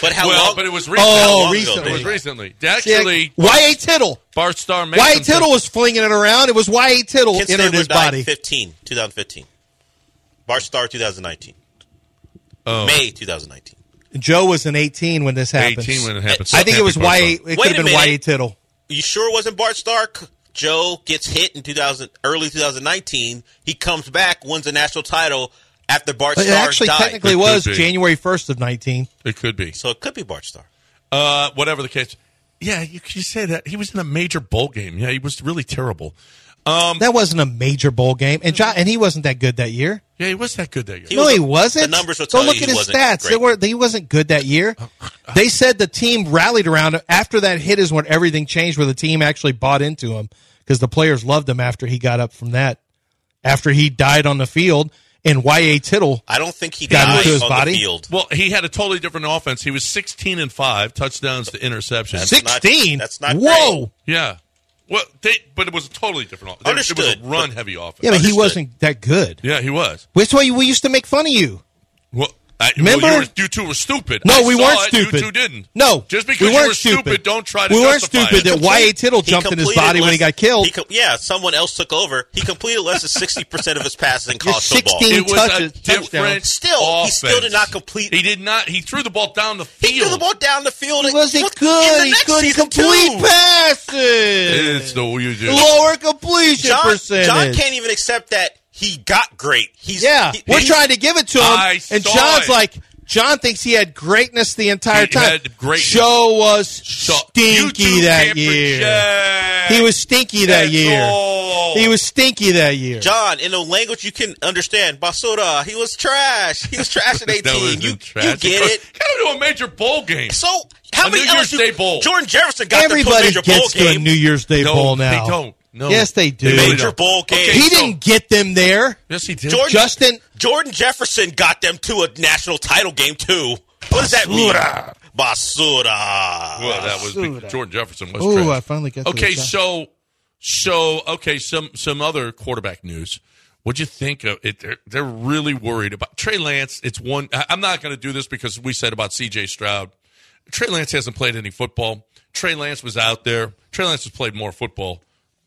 [SPEAKER 4] but how
[SPEAKER 3] well,
[SPEAKER 4] long?
[SPEAKER 3] but it was recently.
[SPEAKER 1] Oh,
[SPEAKER 4] long ago,
[SPEAKER 3] it was
[SPEAKER 1] recently.
[SPEAKER 4] baby?
[SPEAKER 3] recently. Actually,
[SPEAKER 1] Y.A. Tittle.
[SPEAKER 3] Bart Starr. made
[SPEAKER 1] Y.A.
[SPEAKER 3] some-
[SPEAKER 1] Tittle was flinging it around. It was Y.A. Tittle
[SPEAKER 4] Ken
[SPEAKER 1] entered
[SPEAKER 4] Stabler
[SPEAKER 1] his
[SPEAKER 4] died
[SPEAKER 1] body.
[SPEAKER 4] 15, 2015. Bart Star 2019.
[SPEAKER 3] Oh,
[SPEAKER 4] May 2019.
[SPEAKER 1] Joe was in 18 when this happened.
[SPEAKER 3] 18 when it happened.
[SPEAKER 1] I think it was
[SPEAKER 3] Happy Bart
[SPEAKER 1] Y.A. It
[SPEAKER 3] Starr.
[SPEAKER 1] could
[SPEAKER 4] Wait
[SPEAKER 1] have
[SPEAKER 4] a
[SPEAKER 1] been Y.A.
[SPEAKER 4] minute.
[SPEAKER 1] Tittle.
[SPEAKER 4] You sure it wasn't Bart Stark? Joe gets hit in 2000, early 2019. He comes back, wins the national title after Bart
[SPEAKER 1] But it
[SPEAKER 4] Starr
[SPEAKER 1] actually
[SPEAKER 4] died.
[SPEAKER 1] technically
[SPEAKER 3] It could
[SPEAKER 1] was
[SPEAKER 3] be.
[SPEAKER 1] January 1st of 19.
[SPEAKER 3] It could be.
[SPEAKER 4] so it could be Bart Starr.
[SPEAKER 3] Uh, whatever the case. Yeah, you, you say that he was in a major bowl game. Yeah, he was really terrible.
[SPEAKER 4] Um,
[SPEAKER 1] That wasn't a major bowl game, and John, and he wasn't that good that year.
[SPEAKER 3] Yeah, he was that good that year.
[SPEAKER 1] no,
[SPEAKER 4] was-
[SPEAKER 1] he wasn't.
[SPEAKER 4] the numbers will
[SPEAKER 1] Go
[SPEAKER 4] tell you
[SPEAKER 1] look
[SPEAKER 4] he
[SPEAKER 1] at his
[SPEAKER 4] wasn't
[SPEAKER 1] stats. They
[SPEAKER 4] great.
[SPEAKER 1] were he wasn't good that year. They said the team rallied around him. After that hit is when everything changed, where the team actually bought into him because the players loved him after he got up from that. After he died on the field, and Y.A. Tittle,
[SPEAKER 4] I don't think he
[SPEAKER 1] Got
[SPEAKER 4] died
[SPEAKER 1] into his
[SPEAKER 4] on
[SPEAKER 1] body?
[SPEAKER 4] the field.
[SPEAKER 3] Well, he had a totally different offense. He was 16 and 5 touchdowns to interceptions.
[SPEAKER 4] That's not-
[SPEAKER 1] 16.
[SPEAKER 4] that's not
[SPEAKER 1] Whoa.
[SPEAKER 4] great.
[SPEAKER 3] Yeah. Well, they, but it was a totally different offense. It was
[SPEAKER 4] Understood,
[SPEAKER 3] a
[SPEAKER 4] but-
[SPEAKER 3] run heavy offense.
[SPEAKER 1] Yeah, but he
[SPEAKER 4] Understood.
[SPEAKER 1] wasn't that good.
[SPEAKER 3] Yeah, he was.
[SPEAKER 1] That's why we used to make fun of you.
[SPEAKER 3] Well, I,
[SPEAKER 1] Remember?
[SPEAKER 3] well, you, were- you two were stupid.
[SPEAKER 1] No,
[SPEAKER 3] I
[SPEAKER 1] we
[SPEAKER 3] saw
[SPEAKER 1] weren't
[SPEAKER 3] it.
[SPEAKER 1] stupid.
[SPEAKER 3] You two didn't.
[SPEAKER 1] No,
[SPEAKER 3] just because
[SPEAKER 1] we
[SPEAKER 3] you
[SPEAKER 1] weren't
[SPEAKER 3] were stupid,
[SPEAKER 1] stupid.
[SPEAKER 3] don't try to.
[SPEAKER 1] We weren't
[SPEAKER 3] justify
[SPEAKER 1] stupid
[SPEAKER 3] It.
[SPEAKER 1] that Y.A. Tittle
[SPEAKER 4] He
[SPEAKER 1] jumped in his
[SPEAKER 4] completed
[SPEAKER 1] body when he
[SPEAKER 4] less-
[SPEAKER 1] got killed.
[SPEAKER 4] he co- yeah, someone else took over. He completed less than 60% of his passes in
[SPEAKER 1] You're
[SPEAKER 4] college football.
[SPEAKER 1] 16
[SPEAKER 3] It was a
[SPEAKER 1] touches,
[SPEAKER 3] different-
[SPEAKER 1] touchdowns.
[SPEAKER 4] Still, he still did
[SPEAKER 3] offense.
[SPEAKER 4] not complete.
[SPEAKER 3] He did not. He threw the ball down the field.
[SPEAKER 4] He threw the ball down the field.
[SPEAKER 1] He
[SPEAKER 4] and
[SPEAKER 1] wasn't
[SPEAKER 4] look,
[SPEAKER 1] good.
[SPEAKER 4] In
[SPEAKER 1] He
[SPEAKER 4] the next
[SPEAKER 1] couldn't
[SPEAKER 4] season,
[SPEAKER 1] complete
[SPEAKER 4] too.
[SPEAKER 1] passes.
[SPEAKER 3] It's the you do.
[SPEAKER 1] Lower completion
[SPEAKER 4] John,
[SPEAKER 1] percentage.
[SPEAKER 4] John can't even accept that he got great. He's
[SPEAKER 1] yeah,
[SPEAKER 4] he-
[SPEAKER 1] we're
[SPEAKER 4] he's-
[SPEAKER 1] trying to give it to him,
[SPEAKER 3] I
[SPEAKER 1] and
[SPEAKER 3] saw
[SPEAKER 1] John's
[SPEAKER 3] it.
[SPEAKER 1] like, John thinks he had greatness the entire
[SPEAKER 3] He
[SPEAKER 1] time.
[SPEAKER 3] had greatness.
[SPEAKER 1] Joe was
[SPEAKER 3] Shut- you
[SPEAKER 1] stinky
[SPEAKER 3] two
[SPEAKER 1] that
[SPEAKER 3] can't
[SPEAKER 1] year.
[SPEAKER 3] project.
[SPEAKER 1] He was stinky that
[SPEAKER 3] That's
[SPEAKER 1] year.
[SPEAKER 3] all.
[SPEAKER 1] He was stinky that year.
[SPEAKER 4] John, in a language you can understand, Basura, he was trash. He was trash at 18.
[SPEAKER 3] That was
[SPEAKER 4] you,
[SPEAKER 3] trash.
[SPEAKER 4] you get it?
[SPEAKER 3] Got him to a major bowl game.
[SPEAKER 4] So, how
[SPEAKER 3] A
[SPEAKER 4] many
[SPEAKER 3] New Year's
[SPEAKER 4] others you-
[SPEAKER 3] Day bowl.
[SPEAKER 4] Jordan Jefferson got them to a
[SPEAKER 1] Everybody
[SPEAKER 4] major bowl
[SPEAKER 1] gets to a
[SPEAKER 4] game.
[SPEAKER 1] New Year's Day
[SPEAKER 3] no,
[SPEAKER 1] bowl now.
[SPEAKER 3] They don't. No.
[SPEAKER 1] Yes, they do.
[SPEAKER 3] really
[SPEAKER 4] Major
[SPEAKER 3] don't.
[SPEAKER 4] bowl game.
[SPEAKER 1] He
[SPEAKER 3] so-
[SPEAKER 1] didn't get them there.
[SPEAKER 3] Yes, he did.
[SPEAKER 4] Jordan-
[SPEAKER 1] Justin,
[SPEAKER 4] Jordan Jefferson got them to a national title game too. What does that mean?
[SPEAKER 3] Basura.
[SPEAKER 4] Basura.
[SPEAKER 3] Well, that was because Jordan Jefferson was.
[SPEAKER 1] Ooh,
[SPEAKER 3] trash.
[SPEAKER 1] I finally got to
[SPEAKER 3] Okay,
[SPEAKER 1] the shot.
[SPEAKER 3] so so okay, some some other quarterback news. What'd you think of it? They're, they're really worried about Trey Lance. It's one. I- I'm not going to do this because we said about C.J. Stroud. Trey Lance hasn't played any football. Trey Lance was out there. Trey Lance has played more football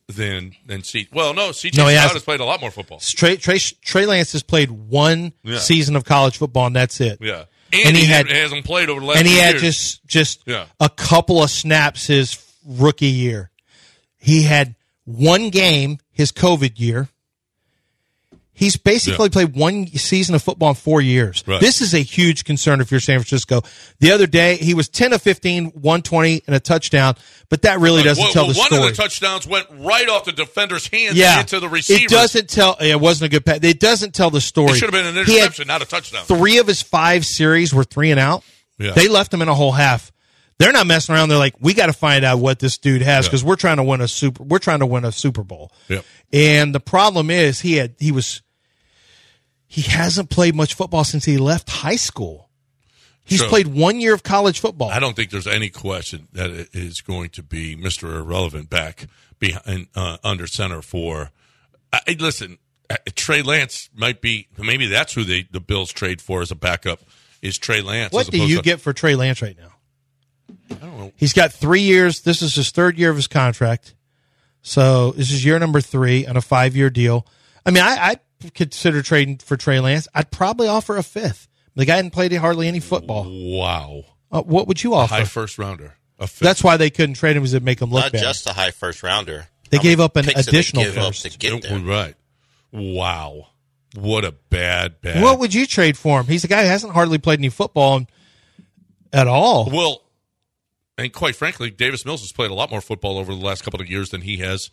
[SPEAKER 3] than than C. Well, no, C.J.
[SPEAKER 1] No, he
[SPEAKER 3] Stroud
[SPEAKER 1] hasn't.
[SPEAKER 3] has played a lot more football.
[SPEAKER 1] Trey, Trey, Trey Lance has played one
[SPEAKER 3] Yeah.
[SPEAKER 1] season of college football, and that's it.
[SPEAKER 3] Yeah,
[SPEAKER 1] And, he had
[SPEAKER 3] hasn't played over the last.
[SPEAKER 1] and he
[SPEAKER 3] few
[SPEAKER 1] had
[SPEAKER 3] years.
[SPEAKER 1] just just
[SPEAKER 3] Yeah.
[SPEAKER 1] a couple of snaps his rookie year. He had one game his COVID year. He's basically played one season of football in four years.
[SPEAKER 3] Right.
[SPEAKER 1] This is a huge concern if you're San Francisco. The other day, he was 10 of 15, 120, and a touchdown, but that really doesn't
[SPEAKER 3] Well,
[SPEAKER 1] tell
[SPEAKER 3] well,
[SPEAKER 1] the
[SPEAKER 3] one
[SPEAKER 1] story.
[SPEAKER 3] of the touchdowns went right off the defender's hands
[SPEAKER 1] yeah.
[SPEAKER 3] into the receiver.
[SPEAKER 1] It doesn't tell, it wasn't a good pass. It doesn't tell the story.
[SPEAKER 3] It should have been an
[SPEAKER 1] He had
[SPEAKER 3] interception, not a touchdown.
[SPEAKER 1] three of his five series were three and out.
[SPEAKER 3] Yeah.
[SPEAKER 1] They left him in a whole half. They're not messing around. They're like, we got to find out what this dude has because we're trying to win a super. We're trying to win a Super Bowl.
[SPEAKER 3] Yep.
[SPEAKER 1] And the problem is he had he was he hasn't played much football since he left high school. He's
[SPEAKER 3] So-
[SPEAKER 1] played one year of college football.
[SPEAKER 3] I don't think there's any question that it is going to be Mr. Irrelevant back behind uh, under center for. I, I- listen, uh, Trey Lance might be maybe that's who they, the Bills trade for as a backup is Trey Lance. as
[SPEAKER 1] What do
[SPEAKER 3] opposed
[SPEAKER 1] you
[SPEAKER 3] to-
[SPEAKER 1] get for Trey Lance right now?
[SPEAKER 3] I don't know.
[SPEAKER 1] He's got three years. This is his third year of his contract. So this is year number three on a five year deal. I mean, I, I'd consider trading for Trey Lance. I'd probably offer a fifth. The guy hadn't played hardly any football.
[SPEAKER 3] Wow,
[SPEAKER 1] Uh, what would you offer?
[SPEAKER 3] high first rounder. A fifth.
[SPEAKER 1] That's why they couldn't trade him, was it make him look
[SPEAKER 4] Not
[SPEAKER 1] bad?
[SPEAKER 4] just a high first rounder.
[SPEAKER 1] They
[SPEAKER 4] How
[SPEAKER 1] gave
[SPEAKER 4] many
[SPEAKER 1] up an
[SPEAKER 4] picks did
[SPEAKER 1] additional
[SPEAKER 4] they give up
[SPEAKER 1] first.
[SPEAKER 4] to get
[SPEAKER 3] Oh,
[SPEAKER 4] there.
[SPEAKER 3] right. Wow, what a bad bad.
[SPEAKER 1] What would you trade for him? He's a guy who hasn't hardly played any football and- at all.
[SPEAKER 3] Well, and quite frankly, Davis Mills has played a lot more football over the last couple of years than he has.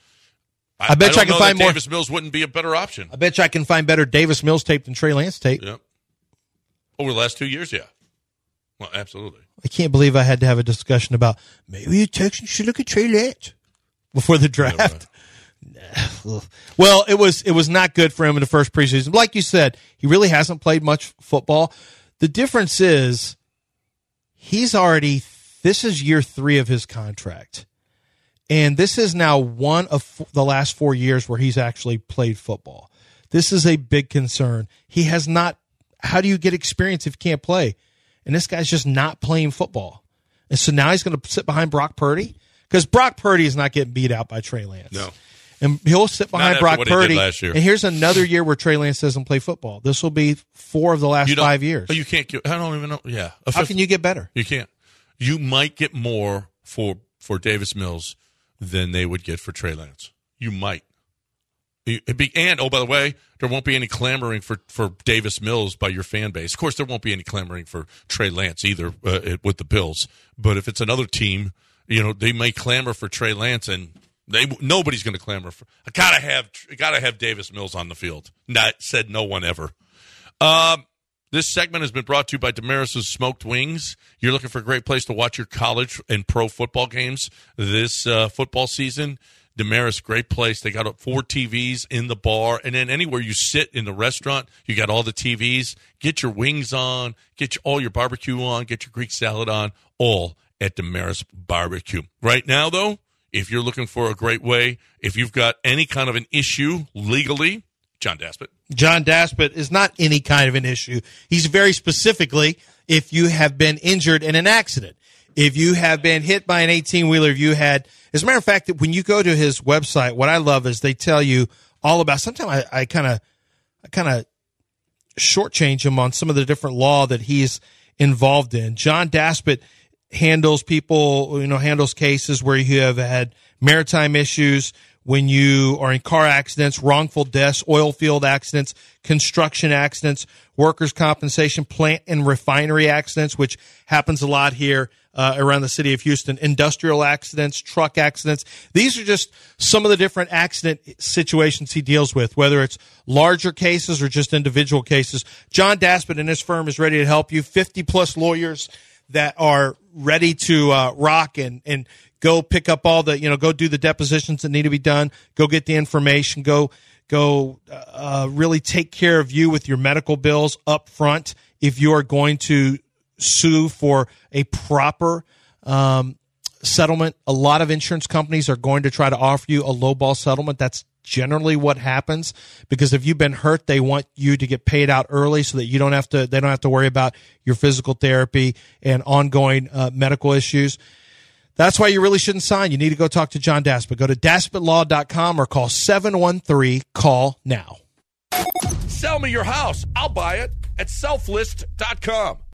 [SPEAKER 1] I bet you
[SPEAKER 3] don't
[SPEAKER 1] I can
[SPEAKER 3] know that
[SPEAKER 1] find more-
[SPEAKER 3] Davis Mills wouldn't be a better option.
[SPEAKER 1] I bet you I can find better Davis Mills tape than Trey Lance tape.
[SPEAKER 3] Yep. Over the last two years, yeah. Well, absolutely.
[SPEAKER 1] I can't believe I had to have a discussion about maybe the Texans should look at Trey Lance before the draft. Nah. well, it was it was not good for him in the first preseason. Like you said, he really hasn't played much football. The difference is he's already this is year three of his contract, and this is now one of f- the last four years where he's actually played football. This is a big concern. He has not. How do you get experience if you can't play? and this guy's just not playing football. And so now he's going to sit behind Brock Purdy because Brock Purdy is not getting beat out by Trey Lance.
[SPEAKER 3] No.
[SPEAKER 1] And he'll sit behind
[SPEAKER 3] after
[SPEAKER 1] Brock
[SPEAKER 3] what he did
[SPEAKER 1] Purdy.
[SPEAKER 3] last year.
[SPEAKER 1] And here's another year where Trey Lance doesn't play football. This will be four of the last
[SPEAKER 3] You don't-
[SPEAKER 1] five years.
[SPEAKER 3] Oh, you can't get. I don't even know. Yeah. A
[SPEAKER 1] How
[SPEAKER 3] fifth-
[SPEAKER 1] can you get better?
[SPEAKER 3] You can't. You might get more for for Davis Mills than they would get for Trey Lance. You might. You- it'd be- and oh, by the way, there won't be any clamoring for, for Davis Mills by your fan base. Of course, there won't be any clamoring for Trey Lance either uh, it- with the Bills. But if it's another team, you know they may clamor for Trey Lance, and they nobody's going to clamor for. I gotta have I gotta have Davis Mills on the field. Not said no one ever. Um, this segment has been brought to you by Damaris' Smoked Wings. You're looking for a great place to watch your college and pro football games this uh, football season. Damaris, great place. They got up four TVs in the bar, and then anywhere you sit in the restaurant, you got all the TVs. Get your wings on, get your, all your barbecue on, get your Greek salad on, all at Damaris Barbecue. Right now, though, if you're looking for a great way, if you've got any kind of an issue legally, John Daspit.
[SPEAKER 1] John Daspit is not any kind of an issue. He's very specifically if you have been injured in an accident, if you have been hit by an 18 wheeler, if you had, as a matter of fact, that when you go to his website, what I love is they tell you all about, sometimes I kind of, I kind of shortchange him on some of the different law that he's involved in. John Daspit handles people, you know, handles cases where you have had maritime issues, when you are in car accidents, wrongful deaths, oil field accidents, construction accidents, workers' compensation, plant and refinery accidents, which happens a lot here uh, around the city of Houston, industrial accidents, truck accidents. These are just some of the different accident situations he deals with, whether it's larger cases or just individual cases. John Daspit and his firm is ready to help you. 50 plus lawyers that are ready to uh, rock and, and go pick up all the, you know, go do the depositions that need to be done, go get the information, go go uh, really take care of you with your medical bills up front if you are going to sue for a proper um, settlement. A lot of insurance companies are going to try to offer you a lowball settlement. That's generally what happens because if you've been hurt, they want you to get paid out early so that you don't have to. They don't have to worry about your physical therapy and ongoing uh, medical issues. That's why you really shouldn't sign. You need to go talk to John Daspit. Go to daspitlaw.com or call 713 call now.
[SPEAKER 3] Sell me your house. I'll buy it at selflist.com.